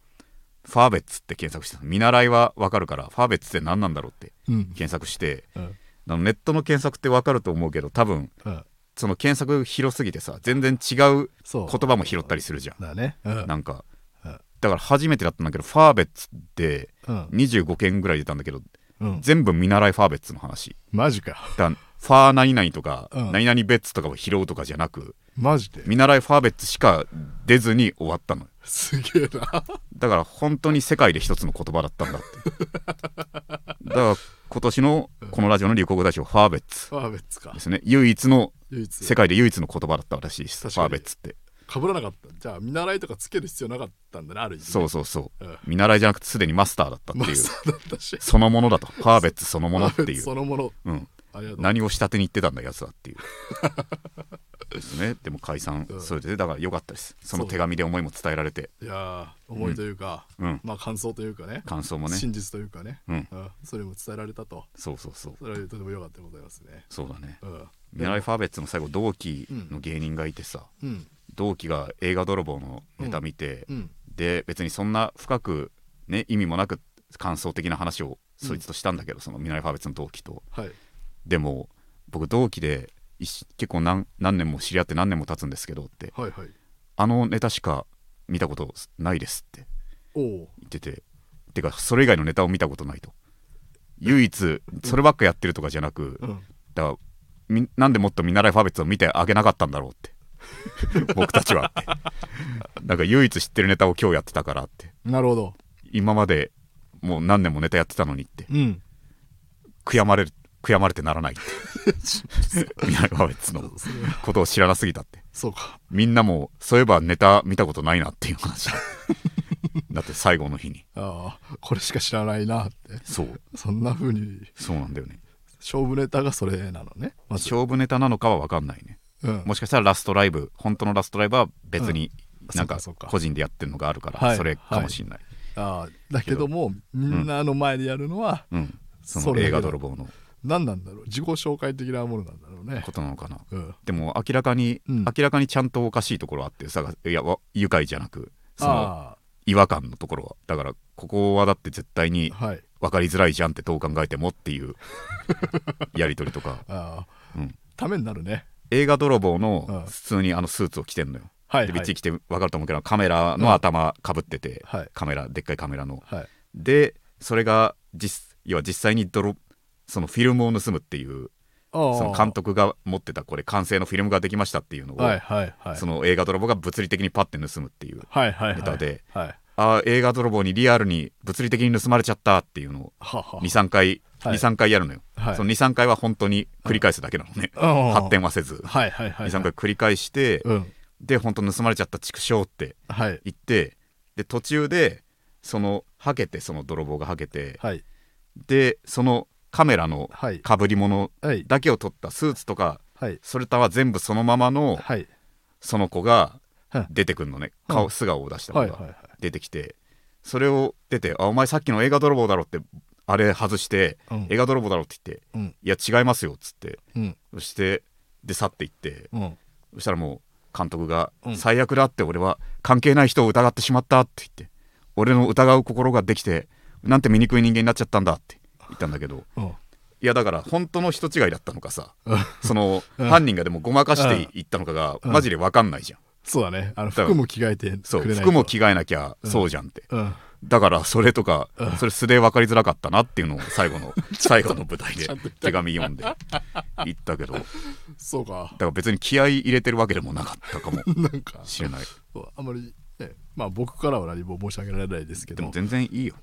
Speaker 1: ファーベッツって検索した見習いはわかるからファーベッツって何なんだろうって
Speaker 2: うん
Speaker 1: 検索して
Speaker 2: うん
Speaker 1: あのネットの検索ってわかると思うけど多分
Speaker 2: うん
Speaker 1: その検索広すぎてさ全然違う
Speaker 2: そう
Speaker 1: 言葉も拾ったりするじゃん
Speaker 2: だねうん
Speaker 1: なんか
Speaker 2: うん
Speaker 1: だから初めてだったんだけどファーベッツって
Speaker 2: うん
Speaker 1: 25件ぐらい出たんだけど
Speaker 2: うん
Speaker 1: 全部見習いファーベッツの話
Speaker 2: マジか
Speaker 1: だからファー何々とか、
Speaker 2: うん
Speaker 1: 何々ベッツとかを拾うとかじゃなく
Speaker 2: マジで
Speaker 1: 見習いファーベッツしか出ずに終わったのよ
Speaker 2: すげえな
Speaker 1: だから本当に世界で一つの言葉だったんだってだから今年のこのラジオの流行語大賞ファーベッツ
Speaker 2: ファーベッツか
Speaker 1: ですね唯一の
Speaker 2: 唯一
Speaker 1: 世界で唯一の言葉だったらしいですフ
Speaker 2: 確かに
Speaker 1: ァーベッツって
Speaker 2: かぶらなかったじゃあ見習いとかつける必要なかったんだねある意味
Speaker 1: そうそうそう、
Speaker 2: うん
Speaker 1: 見習いじゃなくてすでにマスターだったって
Speaker 2: マ
Speaker 1: いう
Speaker 2: スターだったし
Speaker 1: そのものだとファーベッツそのものって
Speaker 2: ファーベッ
Speaker 1: い
Speaker 2: ツ
Speaker 1: う
Speaker 2: そのもの
Speaker 1: うん、
Speaker 2: ありがとう
Speaker 1: 何を下手に言ってたんだやつは っていうですねでも解散、
Speaker 2: うん
Speaker 1: それでだから良かったですその手紙で思いも伝えられて
Speaker 2: いやー思いというか、
Speaker 1: うん
Speaker 2: まあ感想というかね
Speaker 1: 感想もね
Speaker 2: 真実というかね、
Speaker 1: うん
Speaker 2: うんそれも伝えられたと
Speaker 1: そうそうそう
Speaker 2: それはとても良かったでございますね
Speaker 1: そうだね
Speaker 2: うん
Speaker 1: ミライ・ファーベッツの最後同期の芸人がいてさ、
Speaker 2: うん
Speaker 1: 同期が映画泥棒のネタ見て、
Speaker 2: うん
Speaker 1: で別にそんな深くね意味もなく感想的な話をそいつとしたんだけど、そのミライ・ファーベッツの同期と
Speaker 2: はい
Speaker 1: でも僕同期で一結構何何年も知り合って何年も経つんですけどって
Speaker 2: はいはい
Speaker 1: あのネタしか見たことないですって
Speaker 2: おお
Speaker 1: 言ってててかそれ以外のネタを見たことないと唯一そればっかやってるとかじゃなく、
Speaker 2: うん
Speaker 1: だからみなんでもっと見習いファーベッツを見てあげなかったんだろうって僕たちはってなんか唯一知ってるネタを今日やってたからって
Speaker 2: なるほど
Speaker 1: 今までもう何年もネタやってたのにって
Speaker 2: うん
Speaker 1: 悔やまれる悔やまれてならないっ て見習いファーベッツのことを知らなすぎたって
Speaker 2: そうか
Speaker 1: みんなもそういえばネタ見たことないなっていう 話だって最後の日に
Speaker 2: ああこれしか知らないなって
Speaker 1: そう
Speaker 2: そんな風に
Speaker 1: そうなんだよね
Speaker 2: 勝負ネタがそれなのねまず、
Speaker 1: 勝負ネタなのかは分かんないね
Speaker 2: うん、
Speaker 1: もしかしたらラストライブ本当のラストライブは別に
Speaker 2: うん
Speaker 1: なんか
Speaker 2: そうかそうか
Speaker 1: 個人でやってるのがあるか
Speaker 2: は
Speaker 1: ら
Speaker 2: い
Speaker 1: それかもしれない、
Speaker 2: ああだけどもみんなの前でやるのは、
Speaker 1: うん、そ
Speaker 2: そ
Speaker 1: の
Speaker 2: れ
Speaker 1: 映
Speaker 2: だけだ
Speaker 1: 画泥棒の
Speaker 2: 何なんだろう自己紹介的なものなんだろうね
Speaker 1: ことなのかな
Speaker 2: うん
Speaker 1: でも明らかに、
Speaker 2: うん
Speaker 1: 明らかにちゃんとおかしいところはあってさいやわ愉快じゃなくその
Speaker 2: あ
Speaker 1: 違和感のところはだからここはだって絶対に
Speaker 2: あはい
Speaker 1: 分かりづらいじゃんってどう考えてもっていう やり取りとか、
Speaker 2: ああ
Speaker 1: うん、
Speaker 2: ためになるね
Speaker 1: 映画泥棒
Speaker 2: うん
Speaker 1: の普通にあのスーツを着てんのよ、
Speaker 2: はい
Speaker 1: で
Speaker 2: は
Speaker 1: ビッチ
Speaker 2: い
Speaker 1: リ着て分かると思うけどカメラの頭かぶってて、
Speaker 2: はい
Speaker 1: カメラでっかいカメラの、
Speaker 2: はい
Speaker 1: でそれが実要は実際に泥そのフィルムを盗むっていう
Speaker 2: ああ
Speaker 1: その監督が持ってたこれ完成のフィルムができましたっていうのを、
Speaker 2: はいはいはい
Speaker 1: その映画泥棒が物理的にパッて盗むっていう
Speaker 2: はいはいはい
Speaker 1: ネタで
Speaker 2: はいは
Speaker 1: ああ映画泥棒にリアルに物理的に盗まれちゃったっていうのを
Speaker 2: はは
Speaker 1: 23回、
Speaker 2: はい
Speaker 1: 二三回やるのよ、
Speaker 2: はい
Speaker 1: その23回は本当に繰り返すだけなのね、
Speaker 2: うん
Speaker 1: 発展はせず、
Speaker 2: はいはいはい
Speaker 1: 23回繰り返して、
Speaker 2: うん
Speaker 1: で本当盗まれちゃった畜生って
Speaker 2: はい
Speaker 1: 言ってで途中でそのはけてその泥棒がはけて、
Speaker 2: はい
Speaker 1: でそのカメラの
Speaker 2: はい
Speaker 1: かぶり物
Speaker 2: はい
Speaker 1: だけを取ったスーツとか
Speaker 2: はい
Speaker 1: それとは全部そのままの
Speaker 2: はい
Speaker 1: その子が
Speaker 2: はい
Speaker 1: 出てくるのね
Speaker 2: うん
Speaker 1: 顔素顔を出した
Speaker 2: は
Speaker 1: 子
Speaker 2: いはいは
Speaker 1: が
Speaker 2: い
Speaker 1: 出てきてそれを出て「あお前さっきの映画泥棒だろ」ってあれ外して
Speaker 2: うん
Speaker 1: 「映画泥棒だろ」って言って
Speaker 2: うん
Speaker 1: 「いや違いますよ」っつって
Speaker 2: うん
Speaker 1: そしてで去っていって
Speaker 2: うん
Speaker 1: そしたらもう監督が「
Speaker 2: うん
Speaker 1: 最悪だ」って俺は関係ない人を疑ってしまったって言って俺の疑う心ができてなんて醜い人間になっちゃったんだって言ったんだけど
Speaker 2: うん
Speaker 1: いやだから本当の人違いだったのか さ
Speaker 2: うん
Speaker 1: その
Speaker 2: うん
Speaker 1: 犯人がでもごまかしていったのかが
Speaker 2: うん
Speaker 1: マジで分かんないじゃん
Speaker 2: そうだねあの
Speaker 1: だから
Speaker 2: 服も着替えてくれないと
Speaker 1: そう服も着替えなきゃそうじゃんって
Speaker 2: うん
Speaker 1: だからそれとか
Speaker 2: うん
Speaker 1: それ素で分かりづらかったなっていうのを最 後の最後の舞台で
Speaker 2: ちゃんと言った
Speaker 1: 手紙読んで言ったけどだか
Speaker 2: そうから
Speaker 1: 別に気合い入れてるわけでもなかったかも
Speaker 2: なんか
Speaker 1: しれない
Speaker 2: そうあんまり、ね、まあ僕からは何も申し上げられないですけ
Speaker 1: で
Speaker 2: ど
Speaker 1: も全然いいよ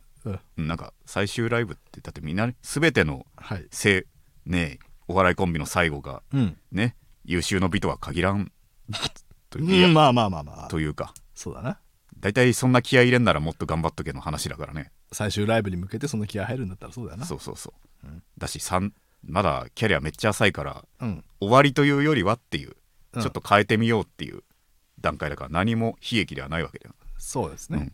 Speaker 2: うん
Speaker 1: なんか最終ライブってだってみんなね全ての
Speaker 2: はい
Speaker 1: せねえお笑いコンビの最後が
Speaker 2: うん、
Speaker 1: ね優秀の美とは限らんと
Speaker 2: うん
Speaker 1: いや
Speaker 2: まあまあまあまあ
Speaker 1: というか
Speaker 2: そうだな
Speaker 1: 大体そんな気合い入れんならもっと頑張っとけの話だからね
Speaker 2: 最終ライブに向けてその気合入るんだったらそうだよな
Speaker 1: そうそうそう、
Speaker 2: うん
Speaker 1: だしさんまだキャリアめっちゃ浅いから
Speaker 2: うん
Speaker 1: 終わりというよりはっていう、
Speaker 2: うん
Speaker 1: ちょっと変えてみようっていう段階だから何も悲劇ではないわけだよ、
Speaker 2: そうです
Speaker 1: う
Speaker 2: ね
Speaker 1: ん、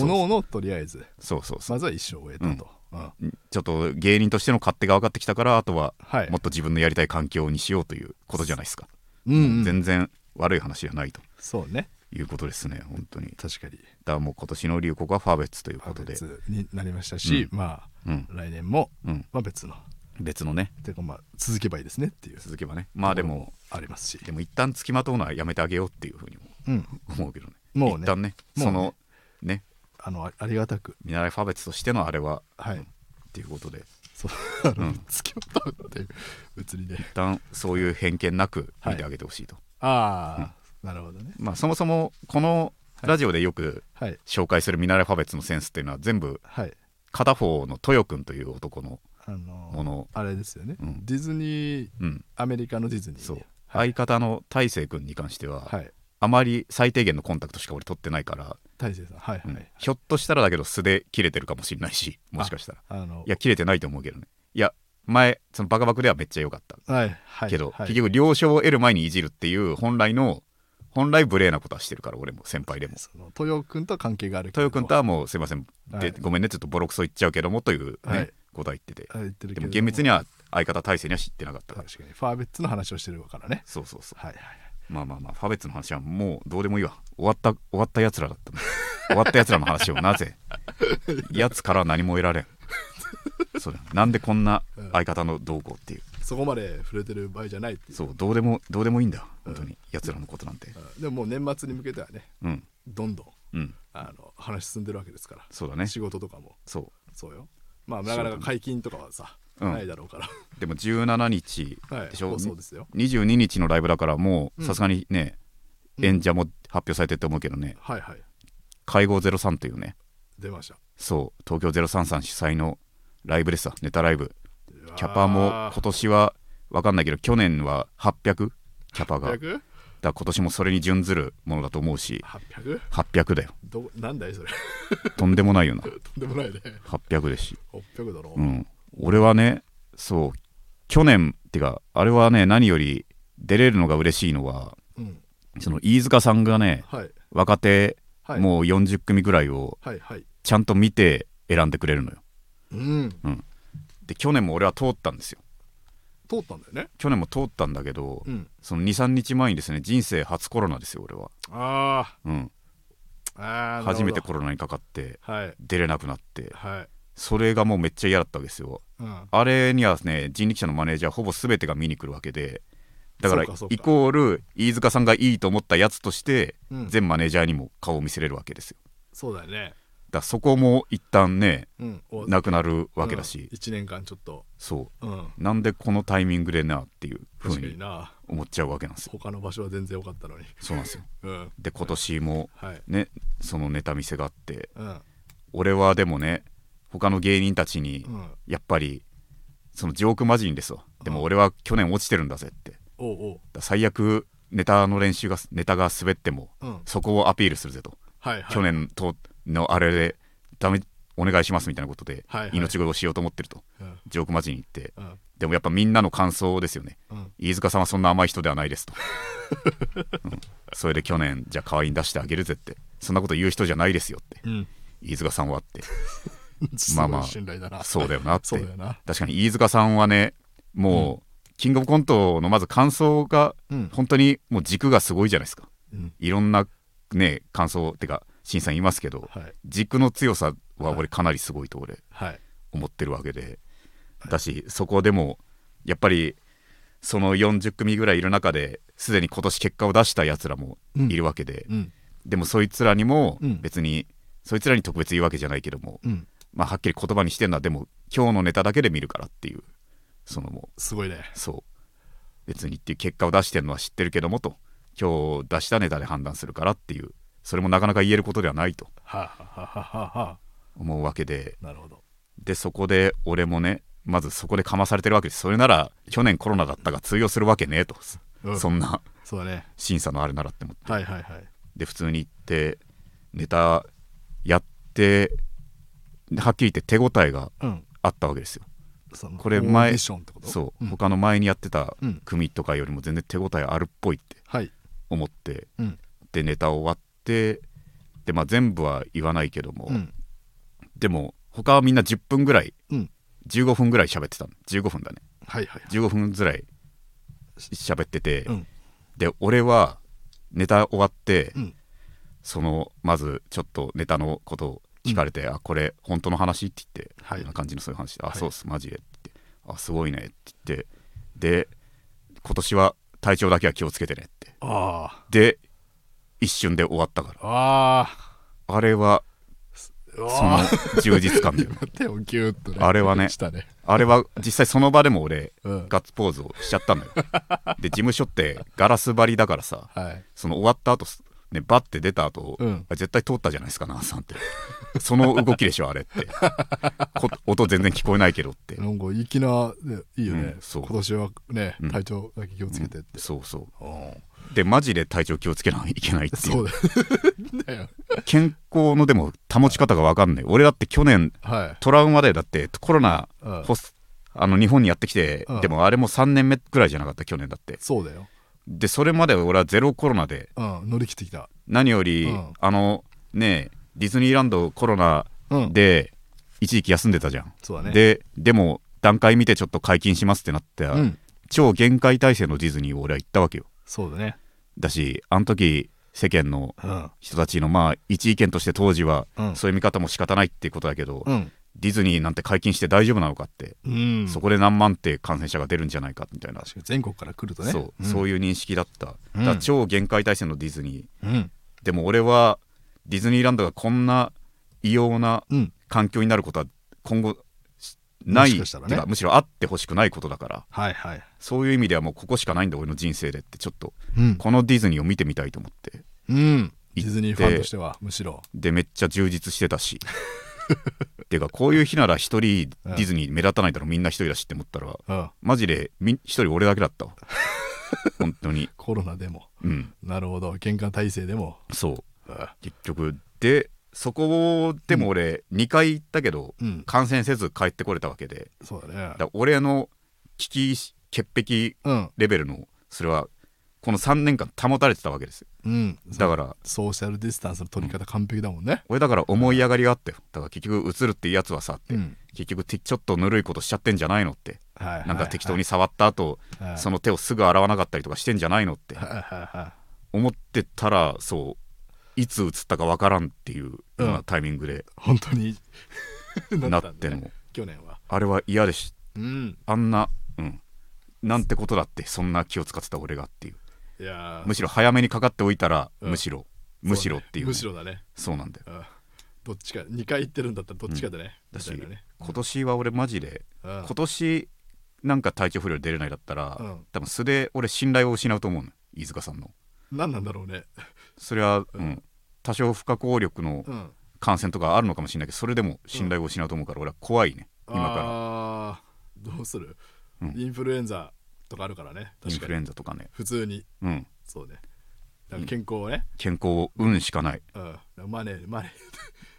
Speaker 2: おのおのとりあえず
Speaker 1: そうそうそう
Speaker 2: まずは一生を終えたと、うん
Speaker 1: ちょっと芸人としての勝手が分かってきたからあとは
Speaker 2: はい
Speaker 1: もっと自分のやりたい環境にしようということじゃないですか、
Speaker 2: うんうん、
Speaker 1: 全然悪い話じゃないと
Speaker 2: そうね
Speaker 1: いうことですね本当にだか
Speaker 2: 確かに
Speaker 1: らもう今年の流行語はファーベッツということで
Speaker 2: 別になりましたし、まあ、
Speaker 1: うん
Speaker 2: 来年も、
Speaker 1: うん
Speaker 2: まあ、別の
Speaker 1: 別のね
Speaker 2: ていうかまあ続けばいいですねっていう
Speaker 1: 続けばねまあでも
Speaker 2: ありますし
Speaker 1: でも一旦つきまとうのはやめてあげようっていうふうにも
Speaker 2: うん
Speaker 1: 思うけどね
Speaker 2: もうね
Speaker 1: 一旦ね
Speaker 2: もうね
Speaker 1: そのね
Speaker 2: あのあありがたく
Speaker 1: 見習いファーベッツとしてのあれは
Speaker 2: はい
Speaker 1: っていうことで
Speaker 2: そうあ
Speaker 1: う
Speaker 2: の
Speaker 1: ん
Speaker 2: 付き合ったっていう別にね
Speaker 1: 一旦そういう偏見なく
Speaker 2: はい
Speaker 1: 見てあげてほしいと、
Speaker 2: ああ、なるほどね
Speaker 1: まあそもそもこのラジオでよく
Speaker 2: はい
Speaker 1: 紹介する見習いファーベッツのセンスっていうのは全部
Speaker 2: はい
Speaker 1: 片方のトヨ君という男の
Speaker 2: あの
Speaker 1: もの
Speaker 2: あれですよね、
Speaker 1: うん
Speaker 2: ディズニー
Speaker 1: うん
Speaker 2: アメリカのディズニー
Speaker 1: そう、
Speaker 2: はい、
Speaker 1: 相方の大成君に関しては、
Speaker 2: はい、
Speaker 1: あまり最低限のコンタクトしか俺取ってないから、
Speaker 2: 大勢さんはい
Speaker 1: うん
Speaker 2: はい、
Speaker 1: ひょっとしたらだけど素で切れてるかもしれないしもしかしたら
Speaker 2: あの
Speaker 1: いや切れてないと思うけどねいや前そのバカバカではめっちゃ良かった
Speaker 2: はいはい
Speaker 1: けど、
Speaker 2: はい、
Speaker 1: 結局了承を得る前にいじるっていう本来の本来無礼なことはしてるから俺も先輩でも
Speaker 2: その豊君とは関係があるけど
Speaker 1: 豊君とはもうすいません、
Speaker 2: はい
Speaker 1: でごめんねちょっとボロクソ言っちゃうけどもという、ね
Speaker 2: はい
Speaker 1: ことは言ってて
Speaker 2: あ言って
Speaker 1: で
Speaker 2: るけれど
Speaker 1: も厳密
Speaker 2: に
Speaker 1: には相方大勢には知ってなかったから、
Speaker 2: 確かにファーベッツの話をしてるからね
Speaker 1: そうそうそう
Speaker 2: はいはい
Speaker 1: まあまあまあファベッツの話はもうどうでもいいわ終わった終わったやつらだったの終わったやつらの話をな ぜやつからは何も得られんそうだよなんでこんな相方の動向っていう
Speaker 2: そこまで触れてる場合じゃないっていう
Speaker 1: そうどうでもどうでもいいんだ本当にやつらのことなんて
Speaker 2: うんでももう年末に向けてはね
Speaker 1: うん
Speaker 2: どんどん
Speaker 1: うん
Speaker 2: あの話進んでるわけですから
Speaker 1: そうだね
Speaker 2: 仕事とかも
Speaker 1: そ
Speaker 2: そうよまあなかなか解禁とかはさ、
Speaker 1: うん
Speaker 2: ないだろうから
Speaker 1: うでも17日
Speaker 2: はい
Speaker 1: でしょ、
Speaker 2: そうですよ
Speaker 1: 22日のライブだからもう
Speaker 2: うん
Speaker 1: さすがにね、演者も発表されてると思うけどね
Speaker 2: はいはい
Speaker 1: 会合03というね
Speaker 2: 出ました
Speaker 1: そう東京033主催のライブでさネタライブ
Speaker 2: うわー
Speaker 1: キャパも今年は分かんないけど去年は800キャパがだか
Speaker 2: 800?
Speaker 1: ら今年もそれに準ずるものだと思うし
Speaker 2: 800?
Speaker 1: 800だよ
Speaker 2: どなんだいそれ
Speaker 1: とんでもないよな
Speaker 2: とんでもないね
Speaker 1: 800ですし、
Speaker 2: 800だろ
Speaker 1: う、ん、俺はねそう去年ってかあれはね何より出れるのが嬉しいのは
Speaker 2: うん
Speaker 1: その飯塚さんがね
Speaker 2: はい
Speaker 1: 若手
Speaker 2: はい
Speaker 1: もう40組ぐらいを
Speaker 2: はいはい
Speaker 1: ちゃんと見て選んでくれるのよ
Speaker 2: うん
Speaker 1: で去年も俺は通ったんですよ
Speaker 2: 通ったんだよね
Speaker 1: 去年も通ったんだけど、
Speaker 2: うん
Speaker 1: その23日前にですね人生初コロナですよ俺は、
Speaker 2: あ
Speaker 1: うん、
Speaker 2: ーあー
Speaker 1: 初めて
Speaker 2: なる
Speaker 1: コロナにかかって
Speaker 2: ほどはい
Speaker 1: 出れなくなって
Speaker 2: はい
Speaker 1: それがもうめっちゃ嫌だったわけですよ
Speaker 2: うん
Speaker 1: あれにはですね人力車のマネージャーほぼ全てが見に来るわけでだから
Speaker 2: そうかそうか
Speaker 1: イコール飯塚さんがいいと思ったやつとして、
Speaker 2: うん
Speaker 1: 全マネージャーにも顔を見せれるわけですよ
Speaker 2: そうだよね
Speaker 1: だからそこも一旦ね
Speaker 2: うんお
Speaker 1: なくなるわけだし、
Speaker 2: うん一年間ちょっと
Speaker 1: そ
Speaker 2: うん
Speaker 1: うなんでこのタイミングでなっていうふう
Speaker 2: 確かに
Speaker 1: に
Speaker 2: な
Speaker 1: 思っちゃうわけなんですよ
Speaker 2: 他の場所は全然良かったのに
Speaker 1: そうなんですよ
Speaker 2: うん
Speaker 1: で今年も
Speaker 2: はい
Speaker 1: ねそのネタ見せがあって
Speaker 2: うん
Speaker 1: 俺はでもね他の芸人たちに
Speaker 2: うん
Speaker 1: やっぱりそのジョークマジンですわでも俺は去年落ちてるんだぜってだか
Speaker 2: おうおう
Speaker 1: ら最悪ネタの練習がネタが滑っても
Speaker 2: うん
Speaker 1: そこをアピールするぜと、
Speaker 2: はいはい
Speaker 1: 去年とのあれでダメお願いしますみたいなことで
Speaker 2: はいはい
Speaker 1: 命乞いをしようと思ってると、
Speaker 2: うん
Speaker 1: ジョークマジンに行って
Speaker 2: うん
Speaker 1: でもやっぱみんなの感想ですよね
Speaker 2: うん
Speaker 1: 飯塚さんはそんな甘い人ではない ですと、うんそれで去年じゃあ可愛いに出してあげるぜってそんなこと言う人じゃないですよって
Speaker 2: うん
Speaker 1: 飯塚さんはって
Speaker 2: す
Speaker 1: まあ
Speaker 2: ご
Speaker 1: まあ
Speaker 2: い信頼だな
Speaker 1: そうだよなって
Speaker 2: そうだよな
Speaker 1: 確かに飯塚さんはねもうキングオブコントのまず感想が
Speaker 2: うん
Speaker 1: 本当にもう軸がすごいじゃないですか
Speaker 2: うん
Speaker 1: いろんなね感想ってか新さん言いますけど
Speaker 2: はい
Speaker 1: 軸の強さは俺かなりすごいと俺
Speaker 2: はい
Speaker 1: 思ってるわけでだしそこでもやっぱりその40組ぐらいいる中ですでに今年結果を出したやつらもいるわけで、
Speaker 2: うん
Speaker 1: でもそいつらにも
Speaker 2: うん
Speaker 1: 別に、そいつらに特別言うわけじゃないけども、
Speaker 2: うん
Speaker 1: まあ、はっきり言葉にしてるのはでも今日のネタだけで見るからっていうそのも
Speaker 2: すごいね
Speaker 1: うそう別にっていう結果を出してるのは知ってるけどもと今日出したネタで判断するからっていうそれもなかなか言えることではないと
Speaker 2: はあ、はあはあはあは
Speaker 1: 思うわけで
Speaker 2: あなるほど
Speaker 1: でそこで俺もねまずそこでかまされてるわけですそれなら去年コロナだったが通用するわけねえと、
Speaker 2: うん
Speaker 1: そんな
Speaker 2: そうだね
Speaker 1: 審査のあれならって思って
Speaker 2: はいはいはい
Speaker 1: で普通に行ってネタやってはっきり言って手応えが
Speaker 2: うん
Speaker 1: あったわけですよ
Speaker 2: その
Speaker 1: これ
Speaker 2: オー
Speaker 1: 前
Speaker 2: ディションってこと
Speaker 1: そう、
Speaker 2: ん
Speaker 1: 他の前にやってた
Speaker 2: うん
Speaker 1: 組とかよりも全然手応えあるっぽいって
Speaker 2: はい
Speaker 1: 思って
Speaker 2: うん
Speaker 1: でネタ終わってでまあ全部は言わないけども、
Speaker 2: うん
Speaker 1: でも他はみんな10分ぐらい
Speaker 2: うん
Speaker 1: 15分ぐらい喋ってたの15分だね
Speaker 2: はいはいはい
Speaker 1: 15分ぐらい喋ってて、
Speaker 2: うん
Speaker 1: で俺はネタ終わって、
Speaker 2: うん
Speaker 1: そのまずちょっとネタのことを聞かれて「あこれ本当の話?」って言って、
Speaker 2: はい
Speaker 1: こんな感じのそういう話で「あ、
Speaker 2: はい
Speaker 1: そうっすマジで」って言って「あすごいね」って言ってで今年は体調だけは気をつけてねって
Speaker 2: あ
Speaker 1: で一瞬で終わったから
Speaker 2: ああ
Speaker 1: あれは
Speaker 2: あう
Speaker 1: その
Speaker 2: わあ
Speaker 1: 充実感だ よね
Speaker 2: 手をギューッとね
Speaker 1: あれはね
Speaker 2: したね
Speaker 1: あれは実際その場でも俺
Speaker 2: うん
Speaker 1: ガッツポーズをしちゃったのよで事務所ってガラス張りだからさ
Speaker 2: はい
Speaker 1: その終わった後すねバッて出た後、
Speaker 2: うん
Speaker 1: あ絶対通ったじゃないですかなあさんって その動きでしょあれってこ音全然聞こえないけどって、
Speaker 2: なんか粋な、ね、いいよね、
Speaker 1: うんそう
Speaker 2: 今年はね
Speaker 1: うん
Speaker 2: 体調だけ気をつけてって、
Speaker 1: そうそ
Speaker 2: うん
Speaker 1: うでマジで体調気をつけないといけないってい
Speaker 2: そううだ だよ
Speaker 1: 健康のでも保ち方が分かんない俺だって去年
Speaker 2: はい
Speaker 1: トラウマでだってコロナ
Speaker 2: うん
Speaker 1: ホスあの日本にやってきて、
Speaker 2: うん
Speaker 1: でもあれも3年目くらいじゃなかった去年だって
Speaker 2: そうだよ、
Speaker 1: でそれまで俺はゼロコロナで
Speaker 2: うん、乗り切ってきた、
Speaker 1: 何より、
Speaker 2: うん
Speaker 1: あのねえディズニーランドコロナ
Speaker 2: うん、
Speaker 1: で一時期休んでたじゃん、
Speaker 2: そうだね
Speaker 1: ででも段階見てちょっと解禁しますってなって、
Speaker 2: うん、
Speaker 1: 超限界体制のディズニーを俺は行ったわけよ
Speaker 2: そうだね
Speaker 1: だしあの時世間の
Speaker 2: うん
Speaker 1: 人たちのまあ一意見として当時は
Speaker 2: うん
Speaker 1: そういう見方も仕方ないっていうことだけど、
Speaker 2: うん
Speaker 1: ディズニーなんて解禁して大丈夫なのかって、
Speaker 2: うん
Speaker 1: そこで何万って感染者が出るんじゃないかみたいな、
Speaker 2: 確かに全国から来るとね
Speaker 1: そう、
Speaker 2: ん
Speaker 1: そういう認識だった、
Speaker 2: うん
Speaker 1: だから超限界体制のディズニー
Speaker 2: うん
Speaker 1: でも俺はディズニーランドがこんな異様な
Speaker 2: うん
Speaker 1: 環境になることは今後しない
Speaker 2: もしかしたらね
Speaker 1: てかむしろあってほしくないことだから
Speaker 2: はいはい
Speaker 1: そういう意味ではもうここしかないんだ俺の人生でってちょっと
Speaker 2: うん、
Speaker 1: このディズニーを見てみたいと思って
Speaker 2: うん、ディズニーファンとしてはむしろ
Speaker 1: でめっちゃ充実してた してかこういう日なら一人ディズニー目立たないだろみんな一人だしって思ったら
Speaker 2: うん
Speaker 1: マジでみん一人俺だけだ ったわ本当に
Speaker 2: コロナでも
Speaker 1: うん
Speaker 2: なるほど玄関体制でも
Speaker 1: そう
Speaker 2: うん
Speaker 1: 結局でそこでも俺2回行ったけど、
Speaker 2: うん
Speaker 1: 感染せず帰ってこれたわけで
Speaker 2: そうだね
Speaker 1: だから俺の危機意識潔癖
Speaker 2: うん
Speaker 1: レベルのそれはこの3年間保たれてたわけですよ
Speaker 2: うん
Speaker 1: だから
Speaker 2: ソーシャルディスタンスの取り方完璧だもんね
Speaker 1: 俺だから思い上がりがあったよだから結局映るっていうやつはさって、
Speaker 2: うん
Speaker 1: 結局てちょっとぬるいことしちゃってんじゃないのって
Speaker 2: はい
Speaker 1: なんか適当に触った後、そ
Speaker 2: の
Speaker 1: の手をすぐ洗わなかったりとかしてんじゃないのって
Speaker 2: はいはいは
Speaker 1: 思ってたらそういつ映ったかわからんっていうよう
Speaker 2: う
Speaker 1: なんタイミングで
Speaker 2: い本当に
Speaker 1: な
Speaker 2: た
Speaker 1: っ
Speaker 2: ん
Speaker 1: て
Speaker 2: だ
Speaker 1: の、
Speaker 2: ね去年は
Speaker 1: あれは嫌でし
Speaker 2: うん
Speaker 1: あんなうんなんてことだってそんな気を使ってた俺がっていう
Speaker 2: いやー
Speaker 1: むしろ早めにかかっておいたら、
Speaker 2: うん
Speaker 1: むしろむしろっていうね、
Speaker 2: むしろだね
Speaker 1: そうなんだよ
Speaker 2: うんどっちか2回行ってるんだったらどっちかでね
Speaker 1: だし、
Speaker 2: みたいなね
Speaker 1: 今年は俺マジで、
Speaker 2: うん
Speaker 1: 今年なんか体調不良出れないだったら、
Speaker 2: うん
Speaker 1: 多分素で俺信頼を失うと思うの飯塚さんの
Speaker 2: 何なんだろうね
Speaker 1: それは、
Speaker 2: う
Speaker 1: うんん多少不可抗力の
Speaker 2: うん
Speaker 1: 感染とかあるのかもしれないけどそれでも信頼を失うと思うから俺は怖いね今か
Speaker 2: あーどうする
Speaker 1: うん
Speaker 2: インフルエンザとかあるから
Speaker 1: ら
Speaker 2: ね
Speaker 1: イン
Speaker 2: 確
Speaker 1: フ
Speaker 2: か
Speaker 1: ルエ
Speaker 2: に
Speaker 1: ンザとかね、
Speaker 2: 普通に
Speaker 1: うん、
Speaker 2: そうねだから健康をね
Speaker 1: 健康を運しかない
Speaker 2: うんマネーマネ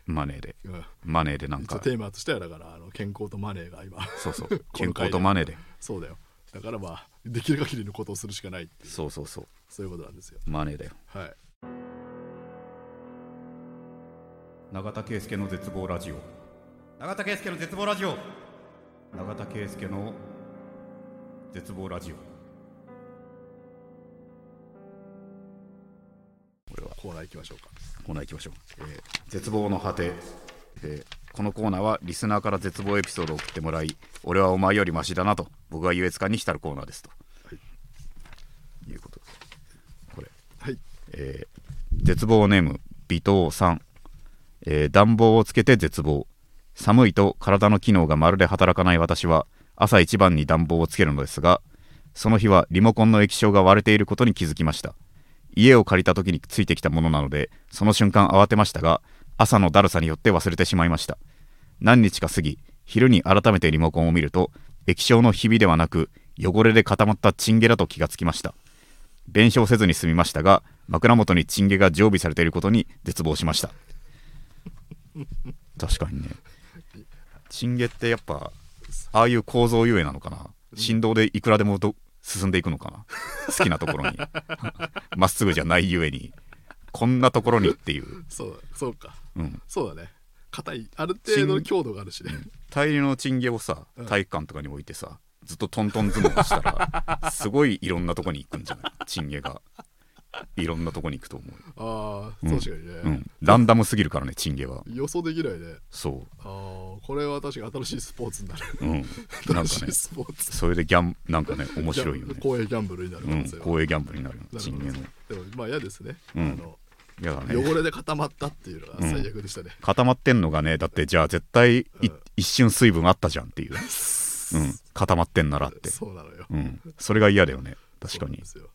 Speaker 1: マネーで
Speaker 2: ーうん
Speaker 1: マネーでなん
Speaker 2: 一応
Speaker 1: か
Speaker 2: テーマとしてはだからあの健康とマネーが 今
Speaker 1: そうそう
Speaker 2: こ
Speaker 1: 健
Speaker 2: の回
Speaker 1: 康
Speaker 2: で
Speaker 1: とマネーで
Speaker 2: そうだよだからまあできる限りのことをするしかないっていう
Speaker 1: そうそうそう
Speaker 2: そういうことなんですよ
Speaker 1: マネーだよ
Speaker 2: はい
Speaker 1: 永田圭介の絶望ラジオ永田圭介の絶望ラジオ永田圭介の絶望ラジオこれは
Speaker 2: コーナー行きましょうか
Speaker 1: コーナー行きましょう、えー絶望の果て、えーこのコーナーはリスナーから絶望エピソードを送ってもらい俺はお前よりマシだなと僕は優越感に浸るコーナーですと、い、うことですこれ
Speaker 2: はい
Speaker 1: えー絶望ネーム尾藤さん、えー暖房をつけて絶望寒いと体の機能がまるで働かない私は朝一番に暖房をつけるのですがその日はリモコンの液晶が割れていることに気づきました家を借りた時についてきたものなのでその瞬間慌てましたが朝のだるさによって忘れてしまいました何日か過ぎ昼に改めてリモコンを見ると液晶のひびではなく汚れで固まったチンゲだと気がつきました弁償せずに済みましたが枕元にチンゲが常備されていることに絶望しました 確かにねチンゲってやっぱああいう構造ゆえなのかな振動でいくらでもど進んでいくのかな好きなところに まっすぐじゃないゆえにこんなところにっていう、
Speaker 2: そうだそうか
Speaker 1: うん、
Speaker 2: そうだね硬いある程度の強度があるしね
Speaker 1: 大量のチンゲをさ
Speaker 2: うん
Speaker 1: 体育館とかに置いてさずっとトントン相撲をしたらすごいいろんなとこに行くんじゃないチンゲがいろんなとこに行くと思うよ
Speaker 2: ああ
Speaker 1: うん
Speaker 2: 確かにね、
Speaker 1: うん、ランダムすぎるからねチンゲは
Speaker 2: 予想できないね
Speaker 1: そ
Speaker 2: ああこれは確かに新しいスポーツになる
Speaker 1: う、う ん、 なん
Speaker 2: 新
Speaker 1: か
Speaker 2: し
Speaker 1: ね
Speaker 2: いスポーツ
Speaker 1: それでギャンなんかね面白いよね
Speaker 2: 公営ギャンブルになる可
Speaker 1: う
Speaker 2: 能
Speaker 1: ん
Speaker 2: 性は、
Speaker 1: 公営ギャンブルになるよ
Speaker 2: なる
Speaker 1: チ
Speaker 2: ほ
Speaker 1: ンゲ
Speaker 2: ど
Speaker 1: の
Speaker 2: でもまあ嫌ですね、
Speaker 1: うんやだ
Speaker 2: あの
Speaker 1: ね
Speaker 2: 汚れで固まったっていうのが最悪でしたね、
Speaker 1: 固まってんのがねだってじゃあ絶対い
Speaker 2: うん
Speaker 1: 一瞬水分あったじゃんっていう、うん、固まってんならって、
Speaker 2: そうなのよ
Speaker 1: うん、それが嫌だよね確
Speaker 2: そ
Speaker 1: か
Speaker 2: うなん
Speaker 1: に
Speaker 2: ですよ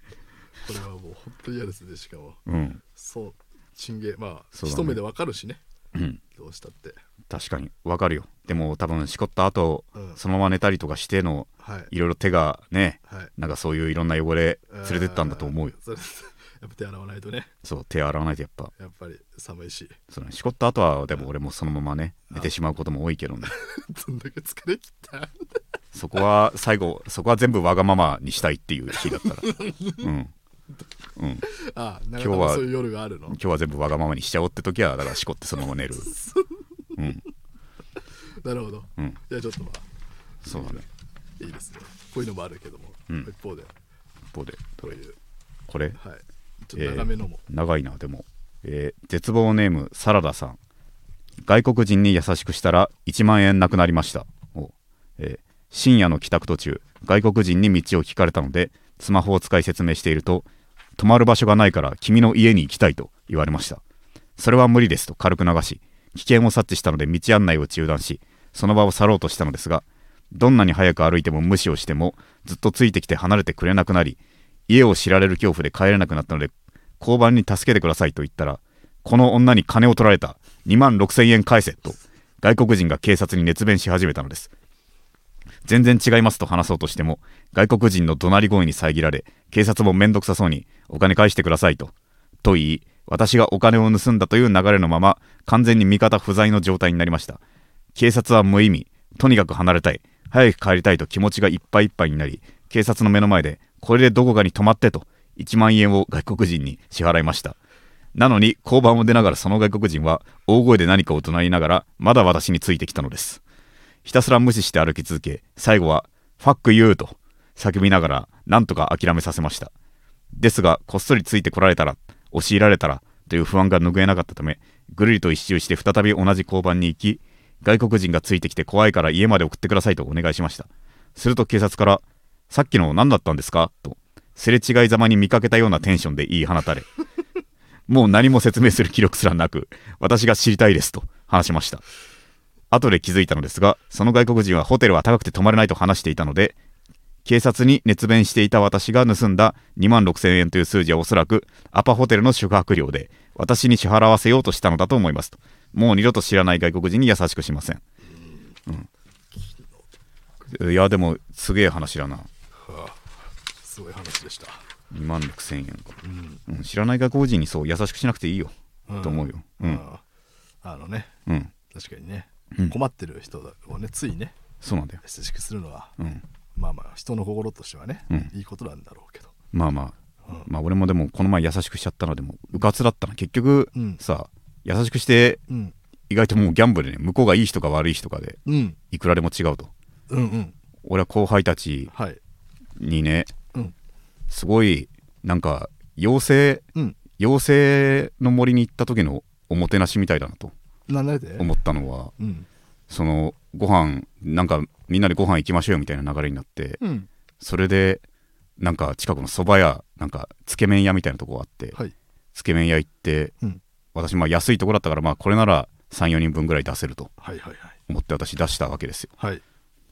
Speaker 2: これはもう本当に嫌ですねしかも
Speaker 1: うん
Speaker 2: そうチンゲまあ、
Speaker 1: そうだね
Speaker 2: 一目でわかるしね
Speaker 1: うん
Speaker 2: どうしたって
Speaker 1: 確かにわかるよでも多分しこった後、
Speaker 2: うん
Speaker 1: そのまま寝たりとかしての
Speaker 2: はい
Speaker 1: いろいろ手がね
Speaker 2: はい
Speaker 1: なんかそういういろんな汚れ連れてったんだと思うよ
Speaker 2: んそれ やっぱ手洗わないとね
Speaker 1: そう手洗わないとやっぱ
Speaker 2: やっぱり寒いし
Speaker 1: そうねしこった後はでも俺もそのままね寝てしまうことも多いけどね
Speaker 2: どんだけ疲れ切った
Speaker 1: そこは最後そこは全部わがままにしたいっていう日だったらうんうん
Speaker 2: ああ、な
Speaker 1: 日
Speaker 2: る
Speaker 1: は
Speaker 2: ほど、そういう夜があるの
Speaker 1: 今。日は全部わがままにしちゃおうって時はだからしこってそのまま寝るうん
Speaker 2: なるほど。
Speaker 1: うん
Speaker 2: いや、ちょっとまあ、
Speaker 1: そうだね
Speaker 2: いいですね。こういうのもあるけども、
Speaker 1: うん
Speaker 2: 一方で、
Speaker 1: 一方で
Speaker 2: こういう、
Speaker 1: これ
Speaker 2: はい。ちょっと長めのも。
Speaker 1: 長いなでも、えー絶望ネームサラダさん外国人に優しくしたら1万円なくなりましたお、えー深夜の帰宅途中外国人に道を聞かれたのでスマホを使い説明していると泊まる場所がないから君の家に行きたいと言われましたそれは無理ですと軽く流し危険を察知したので道案内を中断しその場を去ろうとしたのですがどんなに早く歩いても無視をしてもずっとついてきて離れてくれなくなり家を知られる恐怖で帰れなくなったので交番に助けてくださいと言ったらこの女に金を取られた2万6千円返せと外国人が警察に熱弁し始めたのです全然違いますと話そうとしても外国人の怒鳴り声に遮られ警察も面倒くさそうにお金返してくださいとと言い私がお金を盗んだという流れのまま完全に味方不在の状態になりました警察は無意味とにかく離れたい早く帰りたいと気持ちがいっぱいいっぱいになり警察の目の前でこれでどこかに泊まってと1万円を外国人に支払いましたなのに交番を出ながらその外国人は大声で何かを唱えながらまだ私についてきたのですひたすら無視して歩き続け最後は「ファックユー」と叫びながらなんとか諦めさせましたですがこっそりついてこられたら押し入られたらという不安が拭えなかったためぐるりと一周して再び同じ交番に行き外国人がついてきて怖いから家まで送ってくださいとお願いしましたすると警察から「さっきの何だったんですか?」とすれ違いざまに見かけたようなテンションで言い放たれ もう何も説明する気力すらなく私が知りたいですと話しました後で気づいたのですがその外国人はホテルは高くて泊まれないと話していたので警察に熱弁していた私が盗んだ2万6千円という数字はおそらくアパホテルの宿泊料で私に支払わせようとしたのだと思いますともう二度と知らない外国人に優しくしません、うん、いやでもすげえ話だな
Speaker 2: すごい話でした。
Speaker 1: 2万6千円か、うん知らない外国人にそう優しくしなくていいよ、
Speaker 2: うん
Speaker 1: と思うようん
Speaker 2: あーあのね、
Speaker 1: うん
Speaker 2: 確かにね
Speaker 1: うん、
Speaker 2: 困ってる人をね、ついね、
Speaker 1: そうなんだよ
Speaker 2: 優しくするのは、
Speaker 1: うん
Speaker 2: まあまあ、人の心としてはね
Speaker 1: うん、
Speaker 2: いいことなんだろうけど。
Speaker 1: まあまあ、まあ俺もでもこの前優しくしちゃったのでもうかつだったな結局
Speaker 2: うん
Speaker 1: さ、優しくして
Speaker 2: うん、
Speaker 1: 意外ともうギャンブルね向こうがいい人か悪い人かで
Speaker 2: うん、
Speaker 1: いくらでも違うと
Speaker 2: うん、うん。
Speaker 1: 俺は後輩たち
Speaker 2: はい。
Speaker 1: にね、
Speaker 2: うん
Speaker 1: すごいなんか妖精
Speaker 2: うん
Speaker 1: 妖精の森に行った時のおもてなしみたいだなと
Speaker 2: なんだで
Speaker 1: 思ったのは
Speaker 2: うん
Speaker 1: そのご飯なんかみんなでご飯行きましょうよみたいな流れになって
Speaker 2: うん
Speaker 1: それでなんか近くの蕎麦屋なんかつけ麺屋みたいなとこがあって、
Speaker 2: はい
Speaker 1: つけ麺屋行って、
Speaker 2: うん
Speaker 1: 私まあ安いとこだったからまあこれなら34人分ぐらい出せると
Speaker 2: はいはい
Speaker 1: 思って私出したわけですよ
Speaker 2: はい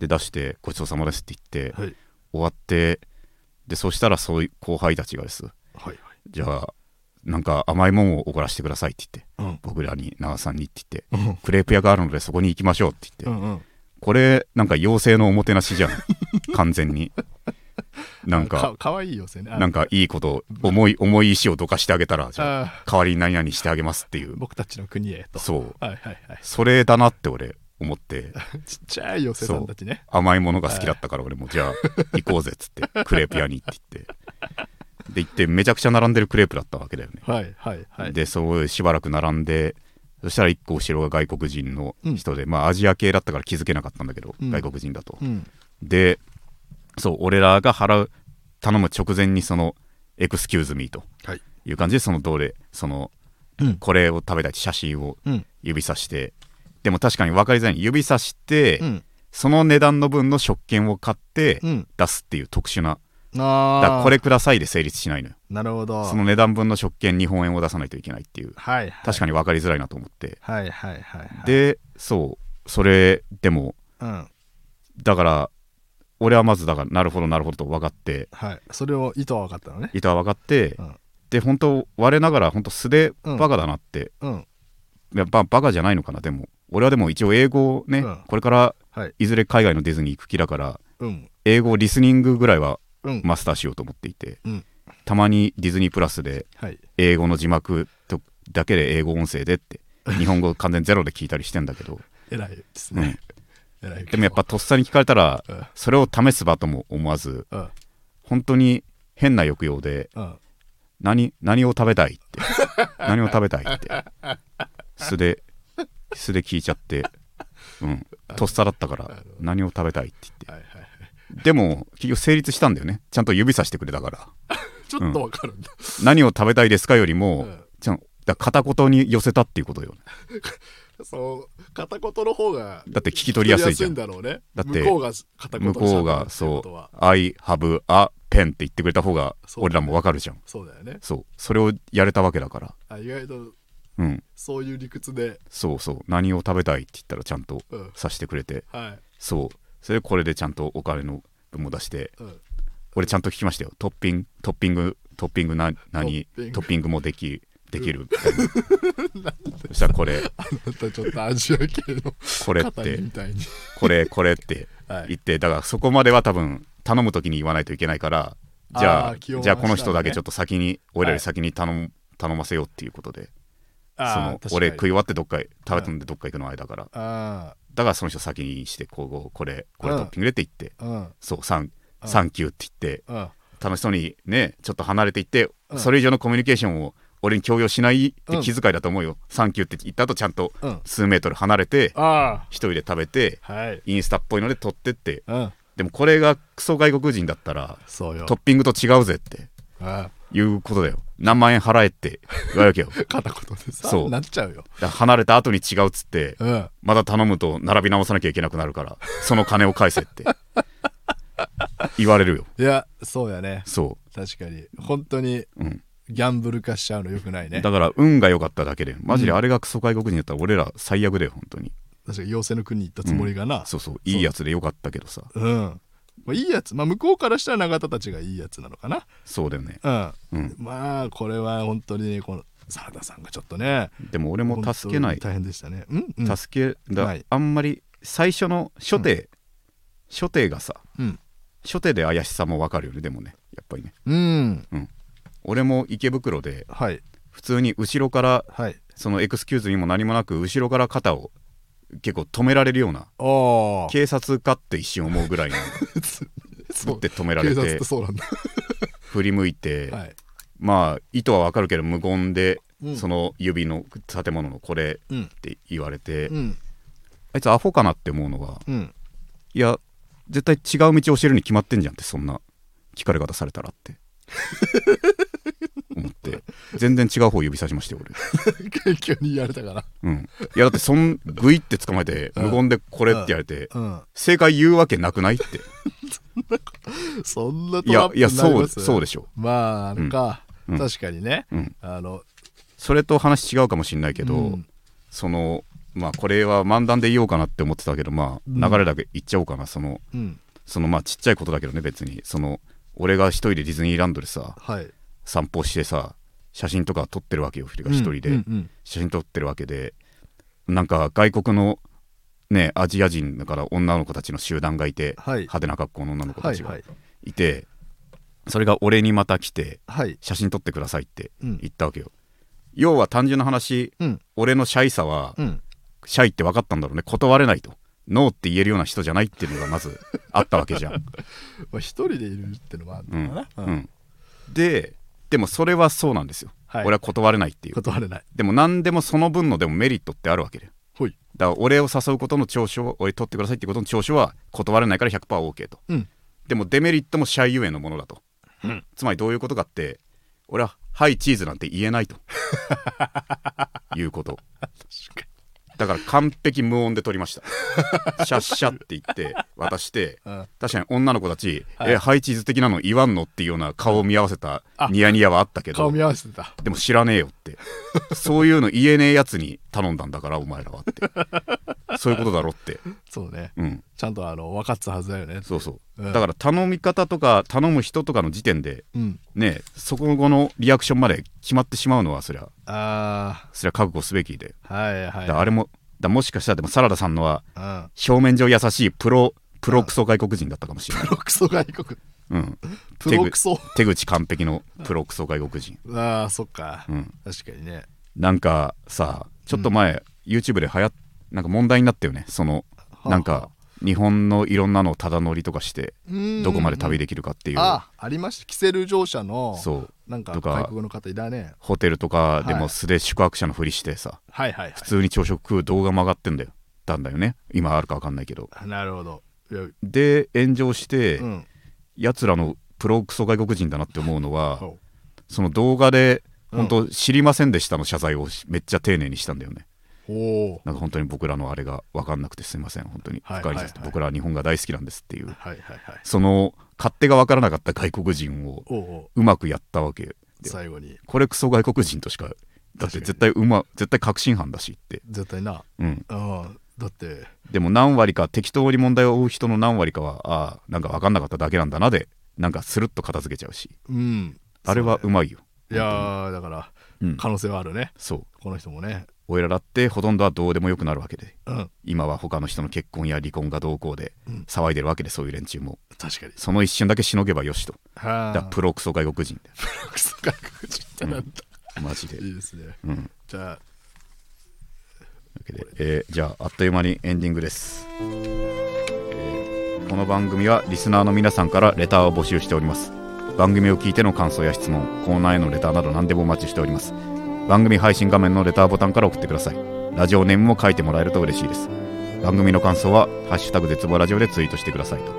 Speaker 1: で出してごちそうさまですって言って、
Speaker 2: はいはい
Speaker 1: 終わってでそしたらそういう後輩たちがです
Speaker 2: はい
Speaker 1: じゃあなんか甘いもんをおごらせてくださいって言って
Speaker 2: はい
Speaker 1: 僕らに長さんにって言って
Speaker 2: うんうん
Speaker 1: クレープ屋があるのでそこに行きましょうって言って、
Speaker 2: うんうん
Speaker 1: これなんか妖精のおもてなし じゃん完全になんか
Speaker 2: かかわいいよせねあ
Speaker 1: なんかいいこと重い重い石をどかしてあげたらじゃあ
Speaker 2: あ
Speaker 1: 代わりに何々してあげますっていう
Speaker 2: ー僕たちの国へと
Speaker 1: そう
Speaker 2: はいはいはい
Speaker 1: それだなって俺思って
Speaker 2: ちっちゃい妖精さんたちね
Speaker 1: 甘いものが好きだったから俺もじゃあ行こうぜっつ ってクレープ屋にって言ってで行ってめちゃくちゃ並んでるクレープだったわけだよね
Speaker 2: はいはいはい
Speaker 1: でそうしばらく並んでそしたら1個後ろが外国人の人で、まあアジア系だったから気づけなかったんだけど、
Speaker 2: うん
Speaker 1: 外国人だと、
Speaker 2: うん
Speaker 1: でそう俺らが払う頼む直前にそのエクスキューズミーと
Speaker 2: はい
Speaker 1: いう感じでそのどれその
Speaker 2: うん
Speaker 1: これを食べたいって写真を
Speaker 2: うん
Speaker 1: 指さしてでも確かに分かりづらいの指さして、
Speaker 2: うん
Speaker 1: その値段の分の食券を買って
Speaker 2: うん
Speaker 1: 出すっていう特殊な、だか
Speaker 2: あ
Speaker 1: ら
Speaker 2: あ
Speaker 1: これくださいで成立しないのよ
Speaker 2: なるほど
Speaker 1: その値段分の食券日本円を出さないといけないっていう
Speaker 2: はいはい
Speaker 1: 確かに分かりづらいなと思って
Speaker 2: はいはいはいはい
Speaker 1: でそうそれでも
Speaker 2: うん
Speaker 1: だから俺はまずだからなるほどなるほどと分かって
Speaker 2: はいそれを意図は分かったのね
Speaker 1: 板は分かって、
Speaker 2: うん
Speaker 1: で本当我ながら本当素でバカだなって、
Speaker 2: うん
Speaker 1: いやババカじゃないのかなでも俺はでも一応英語をね、
Speaker 2: うん
Speaker 1: これから
Speaker 2: はい
Speaker 1: いずれ海外のディズニー行く気だから
Speaker 2: うん
Speaker 1: 英語リスニングぐらいは
Speaker 2: うん
Speaker 1: マスターしようと思っていて、
Speaker 2: うん
Speaker 1: たまにディズニープラスで
Speaker 2: はい
Speaker 1: 英語の字幕とだけで英語音声で って日本語完全ゼロで聞いたりしてんだけど、
Speaker 2: 偉いです
Speaker 1: うん
Speaker 2: ね偉い
Speaker 1: でもやっぱとっさに聞かれたら
Speaker 2: うん
Speaker 1: それを試す場とも思わず
Speaker 2: うん
Speaker 1: 本当に変な抑揚で
Speaker 2: うん
Speaker 1: 何何を食べたいって 何を食べたいって素で素で聞いちゃってうんとっさだったから何を食べたいって言っ
Speaker 2: はいはいはい
Speaker 1: てでも結局成立したんだよねちゃんと指さしてくれたから
Speaker 2: ちょっと分かる んだ
Speaker 1: 何を食べたいですかよりも
Speaker 2: うん
Speaker 1: ちゃんだ片言に寄せたっていうことよ
Speaker 2: そう片言の方が
Speaker 1: だって聞き取りやすいじゃん
Speaker 2: 聞き取りやすいんだ
Speaker 1: だっ
Speaker 2: ろう
Speaker 1: て
Speaker 2: ね向こうが片言
Speaker 1: 向こうが
Speaker 2: そう
Speaker 1: そ
Speaker 2: ことは
Speaker 1: う「I have a pen」って言ってくれた方が
Speaker 2: そう
Speaker 1: 俺らもわかるじゃん
Speaker 2: そうだよね
Speaker 1: そうそれをやれたわけだから
Speaker 2: あ意外と
Speaker 1: うん
Speaker 2: そういう理屈で
Speaker 1: そうそう何を食べたいって言ったらちゃんと
Speaker 2: うん
Speaker 1: さしてくれて
Speaker 2: はい
Speaker 1: そうそれでこれでちゃんとお金の分も出して
Speaker 2: うん
Speaker 1: 俺ちゃんと聞きましたよトッピングトッピングトッピングな何
Speaker 2: トッピング
Speaker 1: トッピングもできでき るみたいなそしたらこれ
Speaker 2: あなたちょっとアジア系の
Speaker 1: これっ
Speaker 2: 肩
Speaker 1: て
Speaker 2: みたいに
Speaker 1: これこれって
Speaker 2: はい
Speaker 1: 言ってだからそこまでは多分頼む時に言わないといけないからじゃあ
Speaker 2: あー気を回
Speaker 1: じゃあこの
Speaker 2: した
Speaker 1: 人
Speaker 2: のね
Speaker 1: だけちょっと先に俺らより先に頼む頼ませようっていうことでそ
Speaker 2: あ
Speaker 1: の
Speaker 2: ー確かに
Speaker 1: 俺食い終わってどっかへ食べたんでどっか行くの間だから
Speaker 2: あ
Speaker 1: だからその人先にしてこうこれこれ
Speaker 2: うん
Speaker 1: トッピングでって言って
Speaker 2: あうん
Speaker 1: そうサン
Speaker 2: うん
Speaker 1: サンキューって言って
Speaker 2: うん
Speaker 1: 楽しそうにねちょっと離れていって
Speaker 2: うん
Speaker 1: それ以上のコミュニケーションを俺に強要しないって
Speaker 2: うん
Speaker 1: 気遣いだと思うよサンキューって言った後ちゃんと
Speaker 2: うん
Speaker 1: 数メートル離れて
Speaker 2: あ
Speaker 1: 一人で食べて
Speaker 2: あはい
Speaker 1: インスタっぽいので撮ってって
Speaker 2: うん
Speaker 1: でもこれがクソ外国人だったら
Speaker 2: そうよ
Speaker 1: トッピングと違うぜって
Speaker 2: あ
Speaker 1: いうことだよ何万円払えって言われるわけよ
Speaker 2: あ片言でさ
Speaker 1: そう
Speaker 2: なっちゃうよ
Speaker 1: だから離れた後に違うっつって
Speaker 2: うん
Speaker 1: まだ頼むと並び直さなきゃいけなくなるからその金を返せって言われるよ
Speaker 2: いやそうやね
Speaker 1: そ
Speaker 2: 確かに本当に
Speaker 1: う、うん、
Speaker 2: ギャンブル化しちゃうのよくないね
Speaker 1: だから運が良かっただけでマジであれがクソ外国人だったら俺ら最悪だよ本当に
Speaker 2: 確かに妖精の国行ったつもりがな
Speaker 1: そうそういいやつで良かったけどさ
Speaker 2: うんまあ、いいやつまあ向こうからしたら永田たちがいいやつなのかな
Speaker 1: そうだよね
Speaker 2: うん
Speaker 1: うん
Speaker 2: まあこれは本当にこのサラダさんがちょっとね
Speaker 1: でも俺も助けない
Speaker 2: 本当に大変でしたねうんうん
Speaker 1: 助けだ、
Speaker 2: はい
Speaker 1: あんまり最初の初手、初手がさ
Speaker 2: うん、
Speaker 1: 初手で怪しさも分かるよねでもねやっぱりね
Speaker 2: うん、
Speaker 1: 俺も池袋で
Speaker 2: はい
Speaker 1: 普通に後ろから
Speaker 2: はい
Speaker 1: そのエクスキューズにも何もなく後ろから肩を結構止められるような
Speaker 2: ああ
Speaker 1: 警察かって一瞬思うぐ らいの
Speaker 2: そう
Speaker 1: で止めら
Speaker 2: 警
Speaker 1: れ
Speaker 2: 察っててそうなんだ、
Speaker 1: 振り向いて、
Speaker 2: はい
Speaker 1: まあ意図は分かるけど無言で、
Speaker 2: うん
Speaker 1: その指の建物のこれ
Speaker 2: うん
Speaker 1: って言われて、
Speaker 2: うん
Speaker 1: あいつアホかなって思うのが
Speaker 2: うん
Speaker 1: いや絶対違う道を教えるに決まってんじゃんってそんな聞かれ方されたらって 思って全然違う方指さしましたよ俺
Speaker 2: 急にやれたから
Speaker 1: うんいやだってそんグイって捕まえて
Speaker 2: うん
Speaker 1: 無言でこれって言われて
Speaker 2: うん
Speaker 1: 正解言うわけなくないって
Speaker 2: そんないト
Speaker 1: や
Speaker 2: ラップ
Speaker 1: いや
Speaker 2: になり
Speaker 1: そう
Speaker 2: ます
Speaker 1: そうでしょ
Speaker 2: まああれか、
Speaker 1: うんうん
Speaker 2: 確かにね、
Speaker 1: うん
Speaker 2: あの
Speaker 1: それと話違うかもしれないけど、
Speaker 2: うん
Speaker 1: そのまあこれは漫談で言おうかなって思ってたけどま
Speaker 2: うん
Speaker 1: あ流れだけ言っちゃおうかなその
Speaker 2: うん
Speaker 1: そのまあちっちゃいことだけどね別にその俺が一人でディズニーランドでさ
Speaker 2: はい
Speaker 1: 散歩してさ写真とか撮ってるわけよフリが一人
Speaker 2: うん
Speaker 1: で
Speaker 2: うん
Speaker 1: 写真撮ってるわけでなんか外国のねアジア人だから女の子たちの集団がいて
Speaker 2: はい
Speaker 1: 派手な格好の女の子
Speaker 2: は
Speaker 1: た
Speaker 2: い
Speaker 1: ち
Speaker 2: は
Speaker 1: が
Speaker 2: い
Speaker 1: いてそれが俺にまた来て
Speaker 2: はい
Speaker 1: 写真撮ってくださいって
Speaker 2: うん
Speaker 1: 言ったわけよ要は単純な話
Speaker 2: うん
Speaker 1: 俺のシャイさは
Speaker 2: うん
Speaker 1: シャイって分かったんだろうね断れないとノーって言えるような人じゃないっていうのがまずあったわけじゃ ん、
Speaker 2: まあ一人でいるってのもある
Speaker 1: うん
Speaker 2: のかな、
Speaker 1: う、んででもそれはそうなんですよ、
Speaker 2: はい
Speaker 1: 俺は断れないっていう
Speaker 2: 断れない
Speaker 1: でも何でもその分のでもメリットってあるわけで
Speaker 2: ほい
Speaker 1: だから俺を誘うことの長所を俺取ってくださいってことの長所は断れないから 100%OK と
Speaker 2: うん
Speaker 1: でもデメリットもシャイゆえのものだと、
Speaker 2: うん
Speaker 1: つまりどういうことかって俺は「はいチーズ」なんて言え ないということ
Speaker 2: 確か
Speaker 1: だから完璧無音で撮りま した。シャッシャって言って渡して、
Speaker 2: うん
Speaker 1: 確かに女の子たち、
Speaker 2: はい
Speaker 1: え、ハイチーズ的なの言わんのっていうような顔を見合わせたニヤニヤはあったけ
Speaker 2: に顔
Speaker 1: ど、
Speaker 2: 見合わせてた
Speaker 1: でも知らねえよって。そういうの言えねえやつに頼んだんだから、お前らはって。 そういうことだろって。
Speaker 2: そうね
Speaker 1: うん。
Speaker 2: ちゃんとあの分かってたはずだよね
Speaker 1: そうそう。
Speaker 2: うん
Speaker 1: だから頼み方とか、頼む人とかの時点で、
Speaker 2: うん
Speaker 1: ねえ、そこのリアクションまで決まってしまうのは、そりゃ、
Speaker 2: あ
Speaker 1: そりゃ覚悟すべきで。
Speaker 2: あはいは
Speaker 1: だ
Speaker 2: い
Speaker 1: からあれも、だからもしかしたらでもサラダさんのは、
Speaker 2: うん
Speaker 1: 表面上優しいプロプロクソ外国人だったかもしれない、
Speaker 2: プロクソ外国
Speaker 1: うん、
Speaker 2: プロクソ
Speaker 1: 手口完璧のプロクソ外国人、
Speaker 2: ああそっか、
Speaker 1: うん、
Speaker 2: 確かにね
Speaker 1: なんかさちょっと前、YouTube で流行っなんか問題になったよねその
Speaker 2: あ
Speaker 1: なんか日本のいろんなのをただ乗りとかしてどこまで旅
Speaker 2: で
Speaker 1: できるかっていう、
Speaker 2: ああありましたキセル乗車の
Speaker 1: そう
Speaker 2: なんか
Speaker 1: とか
Speaker 2: 外国の方いたね
Speaker 1: ホテルとかで
Speaker 2: はい
Speaker 1: も素で宿泊者のふりしてさ、
Speaker 2: はいはい
Speaker 1: 普通に朝食食う動画も上がってんだよたんだよね今あるか分かんないけど
Speaker 2: はいなるほどいや
Speaker 1: で炎上して、
Speaker 2: うん
Speaker 1: やつらのプロクソ外国人だなって思うのは、
Speaker 2: そう
Speaker 1: その動画で
Speaker 2: うん
Speaker 1: 本当知りませんでしたの謝罪をしめっちゃ丁寧にしたんだよね
Speaker 2: おお
Speaker 1: なんか本当に僕らのあれが分かんなくてすいません本当に
Speaker 2: はい
Speaker 1: 深入りさせて
Speaker 2: はいはい
Speaker 1: 僕らは日本が大好きなんですっていう
Speaker 2: はいはいはい
Speaker 1: その勝手が分からなかった外国人を
Speaker 2: おうお
Speaker 1: うまくやったわけ
Speaker 2: う最後に
Speaker 1: これクソ外国人としかだって絶対うま絶対確信犯だしって、
Speaker 2: 絶対な
Speaker 1: うん、
Speaker 2: うんだって
Speaker 1: でも何割か適当に問題を追う人の何割かはああなんか分かんなかっただけなんだなでなんかスルッと片付けちゃうし
Speaker 2: うん
Speaker 1: あれは
Speaker 2: そううね
Speaker 1: まいよ、
Speaker 2: いやーだから
Speaker 1: うん、
Speaker 2: 可能性はあるね
Speaker 1: そう
Speaker 2: この人もね
Speaker 1: おいらだってほとんどはどうでもよくなるわけで
Speaker 2: うん
Speaker 1: 今は他の人の結婚や離婚がどうこうで
Speaker 2: うん
Speaker 1: 騒いでるわけでそういう連中も
Speaker 2: 確かに
Speaker 1: その一瞬だけしのげばよしと
Speaker 2: は
Speaker 1: だからプロクソ外国人で
Speaker 2: ロ クソ外国人ってなんだ
Speaker 1: マジで、
Speaker 2: いいですね
Speaker 1: うん、
Speaker 2: じゃあ
Speaker 1: わけで、えーじゃああっという間にエンディングです、えーこの番組はリスナーの皆さんからレターを募集しております番組を聞いての感想や質問コーナーへのレターなど何でもお待ちしております番組配信画面のレターボタンから送ってくださいラジオネームも書いてもらえると嬉しいです番組の感想は「ハッシュタグ絶望ラジオ」でツイートしてくださいとい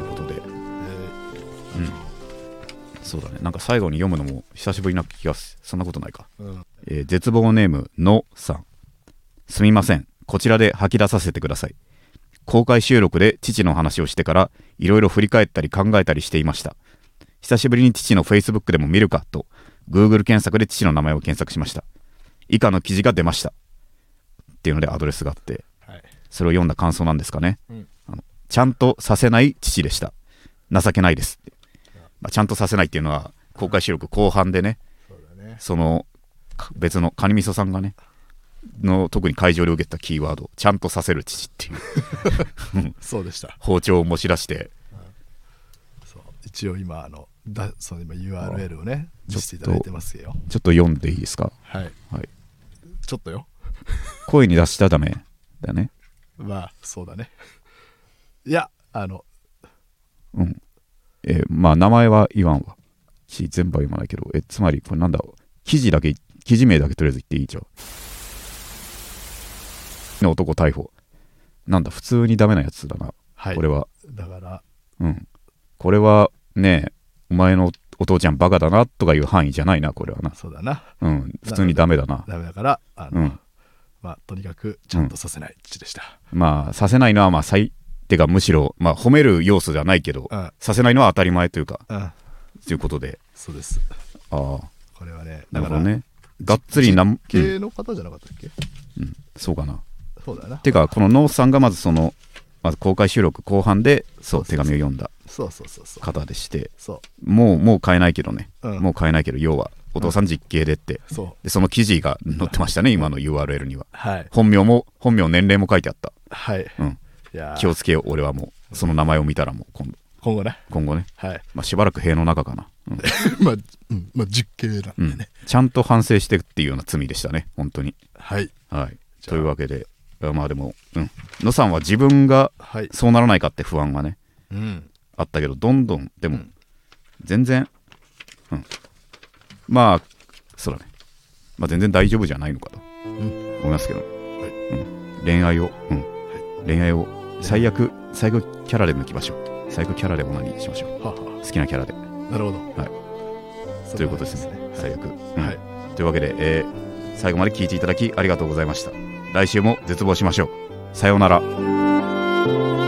Speaker 1: うことで
Speaker 2: えー
Speaker 1: そうだねなんか最後に読むのも久しぶりな気がすそんなことないか
Speaker 2: うん
Speaker 1: えー絶望ネームのさんすみませんこちらで吐き出させてください公開収録で父の話をしてからいろいろ振り返ったり考えたりしていました久しぶりに父の Facebook でも見るかと Google 検索で父の名前を検索しました以下の記事が出ましたっていうのでアドレスがあって
Speaker 2: はい
Speaker 1: それを読んだ感想なんですかね、
Speaker 2: うん
Speaker 1: あのちゃんとさせない父でした情けないです、まあ、ちゃんとさせないっていうのは公開収録後半でね
Speaker 2: そうだね
Speaker 1: そのか別のカニ味噌さんがねの特に会場で受けたキーワード「ちゃんとさせる父」っていう
Speaker 2: そうでした
Speaker 1: 包丁を持ち出して
Speaker 2: そう一応今あのだその今 URL をね見せていただいてますよ
Speaker 1: ちょっと読んでいいですか、
Speaker 2: はい
Speaker 1: はい、
Speaker 2: ちょっとよ
Speaker 1: 声に出したらダメだね
Speaker 2: まあそうだね いやあの
Speaker 1: うんえーまあ名前は言わんわし全部は読まないけどえつまりこれなんだ記事だけ記事名だけとりあえず言っていいじゃんの男逮捕なんだ普通にダメなやつだな、
Speaker 2: はい
Speaker 1: これは
Speaker 2: だから
Speaker 1: うんこれはねえお前のお父ちゃんバカだなとかいう範囲じゃないなこれはな
Speaker 2: そうだな
Speaker 1: うん普通にダメだな
Speaker 2: ダメだからあ
Speaker 1: う
Speaker 2: の、
Speaker 1: ん
Speaker 2: まあとにかくちゃんとさせない父でした、
Speaker 1: まあさせないのはまあ最てかむしろまあ褒める要素じゃないけど、
Speaker 2: うん
Speaker 1: させないのは当たり前というか
Speaker 2: うん、
Speaker 1: ということで
Speaker 2: そうです
Speaker 1: ああ
Speaker 2: これはね
Speaker 1: な
Speaker 2: だ
Speaker 1: る
Speaker 2: か
Speaker 1: ほ
Speaker 2: ら
Speaker 1: どねがっつりなん、うん
Speaker 2: 系の方じゃなかったっけ、
Speaker 1: うんそうかな
Speaker 2: そうだよな
Speaker 1: てかこのノースさんがまずそのまず公開収録後半でそう手紙を読んだ
Speaker 2: そうそうそうそう
Speaker 1: 方でして
Speaker 2: そ
Speaker 1: もうもう買えないけどね、
Speaker 2: うん
Speaker 1: もう買えないけど要はお父さん実刑でって、
Speaker 2: うそう
Speaker 1: でその記事が載ってましたね今の URL には
Speaker 2: はい
Speaker 1: 本名も本名年齢も書いてあった、
Speaker 2: はい
Speaker 1: うん、
Speaker 2: いやー
Speaker 1: 気をつけよう俺はもうその名前を見たらもう今度
Speaker 2: 今後ね
Speaker 1: 今後ね、
Speaker 2: はい
Speaker 1: まあ、しばらく塀の中かな、うん
Speaker 2: まあ、うん、まあ実刑なんで
Speaker 1: うん
Speaker 2: ね、
Speaker 1: ちゃんと反省してっていうような罪でしたね本当に
Speaker 2: はい
Speaker 1: はい
Speaker 2: じゃあ
Speaker 1: というわけでまあでもうん野さんは自分が
Speaker 2: はい
Speaker 1: そうならないかって不安はね
Speaker 2: うん
Speaker 1: あったけどどんどんでも
Speaker 2: ん
Speaker 1: 全然、うん、まあそうだね、まあ、全然大丈夫じゃないのかと
Speaker 2: うん
Speaker 1: 思いますけど、
Speaker 2: い
Speaker 1: うん、恋愛を、うん恋愛を最悪最悪キャラで抜きましょう最悪キャラでオナニーしましょう
Speaker 2: はあは
Speaker 1: 好きなキャラで
Speaker 2: あなるほど
Speaker 1: ということですね
Speaker 2: は
Speaker 1: 最
Speaker 2: い
Speaker 1: 悪、うん
Speaker 2: はい
Speaker 1: というわけで、えー最後まで聞いていただきありがとうございました来週も絶望しましょうさようなら
Speaker 2: 「